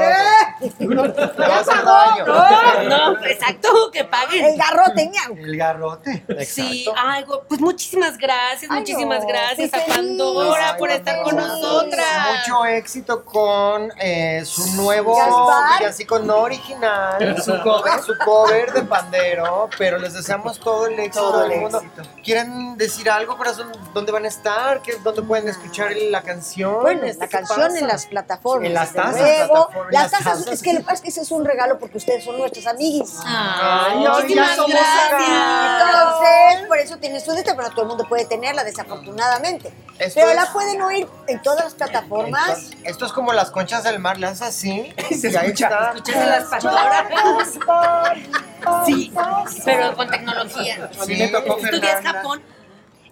S1: Tú no. Te vas a hacer daño.
S2: No, no, exacto, que
S6: El
S2: paguen.
S6: garrote, miau.
S3: El garrote.
S2: Sí,
S1: Exacto.
S2: ay, güey, pues muchísimas gracias,
S6: Ay,
S2: muchísimas
S6: no,
S2: gracias
S6: fui
S2: a
S6: feliz.
S2: Pandora
S1: Ay, pues,
S2: por estar con
S6: feliz.
S2: nosotras.
S1: Mucho éxito con eh, su nuevo
S6: Gaspar.
S1: villancico no original, su cover, su cover de pandero, pero les deseamos todo el éxito
S3: Todo el
S1: del mundo.
S3: éxito.
S1: ¿Quieren decir algo, corazón? ¿Dónde van a estar? ¿Qué- ¿Dónde pueden escuchar la canción?
S6: Bueno,
S1: Este,
S6: la
S1: ¿qué
S6: canción
S1: pasa?
S6: en las plataformas.
S3: En las
S6: desde
S3: tazas,
S6: luego.
S1: plataformas,
S6: Las
S1: las
S6: tazas,
S1: tazas.
S6: es que lo que pasa es que ese es un regalo porque ustedes son nuestros amiguis.
S2: Ay,
S1: Ah. Ay, ya
S2: muchísimas
S1: somos
S2: gracias.
S1: acá.
S6: Entonces, por eso tiene su lista, pero todo el mundo puede tenerla, desafortunadamente.
S1: Esto
S6: Pero
S1: es-
S6: la pueden oír en todas las plataformas.
S1: Entonces, esto es como las conchas del mar, le haces así
S3: Se
S1: y ahí
S3: escucha.
S1: está.
S2: Escúchase las pastoras. Sí, pero con tecnología.
S3: A mí me tocó
S2: Estudias
S3: Fernanda.
S2: Japón.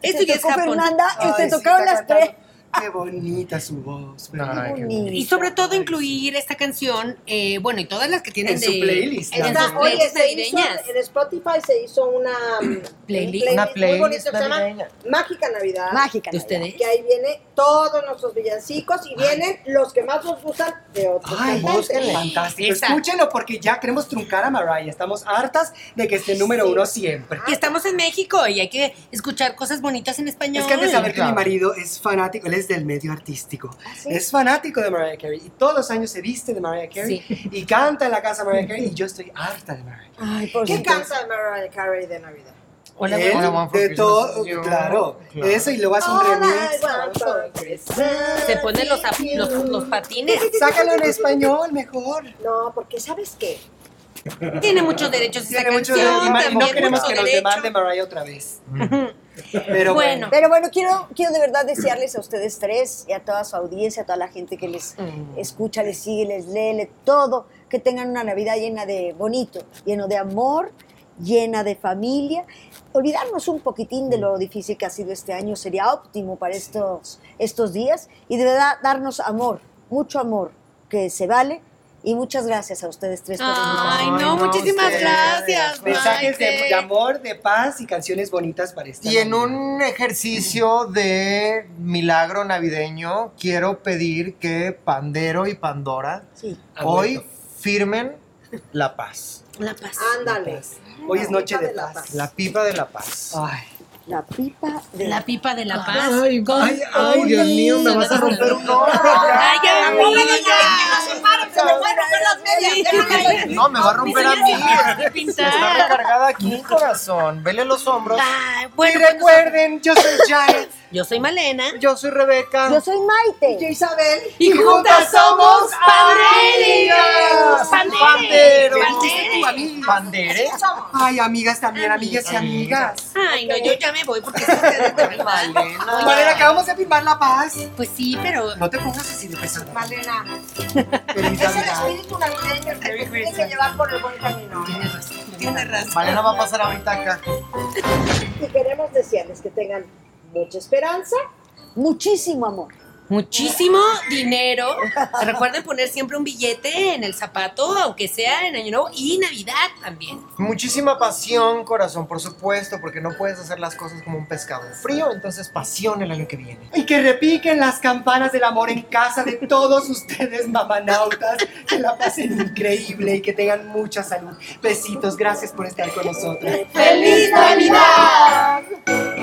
S6: Te
S2: Estudias
S6: tocó
S2: Japón.
S6: Este, Fernanda y
S3: Ay,
S6: te
S3: sí,
S6: tocaron
S3: está
S6: las tres.
S3: cantando. Qué bonita su voz.
S1: No,
S3: ¿verdad?
S1: ay, qué
S6: bonito.
S2: Y sobre todo incluir esta canción, eh, bueno, y todas las que tienen
S3: En
S2: de,
S3: su playlist,
S2: En
S3: Está-
S2: sus
S7: Está- oye,
S2: playlists
S7: se hizo,
S2: navideñas.
S7: en Spotify se hizo una mm,
S2: Playlist.
S1: Una
S7: muy bonita
S1: playlist
S7: que se llama
S1: navideña.
S7: Mágica Navidad.
S6: Mágica.
S2: ¿De
S6: Navidad.
S2: ustedes?
S7: que ahí viene todos nuestros villancicos y vienen los que más nos gustan de otros
S3: Ay,
S7: cantantes.
S3: búsquenle. Fantástico.
S2: Esa.
S3: Escúchenlo porque ya queremos truncar a Mariah. Estamos hartas de que esté número
S7: Sí.
S3: uno siempre.
S2: Y estamos en México y hay que escuchar cosas bonitas en español.
S3: Es que han de saber que mi
S1: Claro.
S3: marido es fanático, él es del medio artístico.
S6: ¿Ah, sí?
S3: Es fanático de Mariah Carey y todos los años se viste de Mariah Carey y canta en la casa de Mariah Carey y yo estoy harta de Mariah Carey.
S6: Ay, por
S7: ¿Qué
S6: supuesto.
S7: canta de Mariah Carey de Navidad?
S2: Hola,
S3: Él,
S1: All I want for
S3: de
S1: Christmas
S3: todo,
S1: is you.
S3: claro,
S1: Claro.
S3: Eso y luego hace un
S7: All I
S3: remix.
S7: want for Christmas
S2: Se ponen los, ap-
S7: is
S2: los,
S7: you.
S2: los patines.
S3: Sácalo en español mejor.
S7: No, porque ¿sabes qué?
S2: Tiene muchos derechos esa
S3: Tiene mucho
S2: canción.
S3: y ma- y no
S2: también
S3: queremos
S2: mucho
S3: que nos
S2: derecho.
S3: demande Mariah otra vez. Pero
S2: Bueno.
S3: bueno.
S6: Pero bueno, quiero, quiero de verdad desearles a ustedes tres y a toda su audiencia, a toda la gente que les
S2: Mm.
S6: escucha, les sigue, les lee, le- todo, que tengan una Navidad llena de bonito, lleno de amor, llena de familia. Olvidarnos un poquitín de
S2: Mm.
S6: lo difícil que ha sido este año sería óptimo para estos, estos días y de verdad darnos amor, mucho amor, que se vale. Y muchas gracias a ustedes tres por
S2: Ay,
S6: invitarme.
S2: no, muchísimas
S3: ustedes.
S2: gracias,
S3: Mensajes de,
S2: Maite.
S3: de amor, de paz y canciones bonitas para esta
S1: Y en
S3: Navidad.
S1: un ejercicio de milagro navideño, quiero pedir que Pandero y Pandora
S6: Sí.
S3: Ah,
S1: hoy
S3: bueno.
S1: firmen la paz.
S2: La paz.
S7: Ándale.
S3: Hoy es noche de
S7: de la
S3: paz.
S1: La pipa de la paz.
S3: Ay.
S6: La pipa de
S2: La pipa de
S7: Ah,
S2: la paz.
S1: ay, ay, Dios mío, me vas a romper un ojo.
S2: Ay, ya me voy.
S1: No, me va a romper a mí.
S2: Ay,
S1: Está
S2: pintar.
S1: recargada aquí, corazón. Vele los hombros.
S2: Ay,
S3: Y
S2: bueno, pues, bueno,
S3: recuerden, yo soy Janet.
S2: yo soy Malena.
S1: Yo soy Rebeca.
S6: Yo soy Maite.
S7: Yo, Isabel.
S2: Y juntas somos
S1: Panderas.
S2: Panderas.
S1: Panderos.
S2: Panderes.
S1: Panderes.
S3: Ay, amigas también, amigas y amigas.
S2: Ay, no, yo ya me voy porque son ustedes de verdad.
S3: Malena, acabamos de firmar la paz.
S2: Pues sí, pero
S3: No te pongas así de pesada.
S7: Malena. Es el
S3: Permítame.
S7: espíritu navideño que te tiene que llevar por el buen camino. ¿eh?
S2: tienes razón.
S1: Malena va a pasar ahorita acá.
S7: Y queremos desearles que tengan mucha esperanza.
S6: Muchísimo amor.
S2: Muchísimo dinero. Recuerden poner siempre un billete en el zapato, aunque sea en Año Nuevo y Navidad también.
S1: Muchísima pasión, corazón, por supuesto, porque no puedes hacer las cosas como un pescado frío, entonces pasión el año que viene.
S3: Y que repiquen las campanas del amor en casa de todos ustedes, mamanautas. Que la pasen increíble y que tengan mucha salud. Besitos, gracias por estar con nosotros.
S2: ¡Feliz Navidad!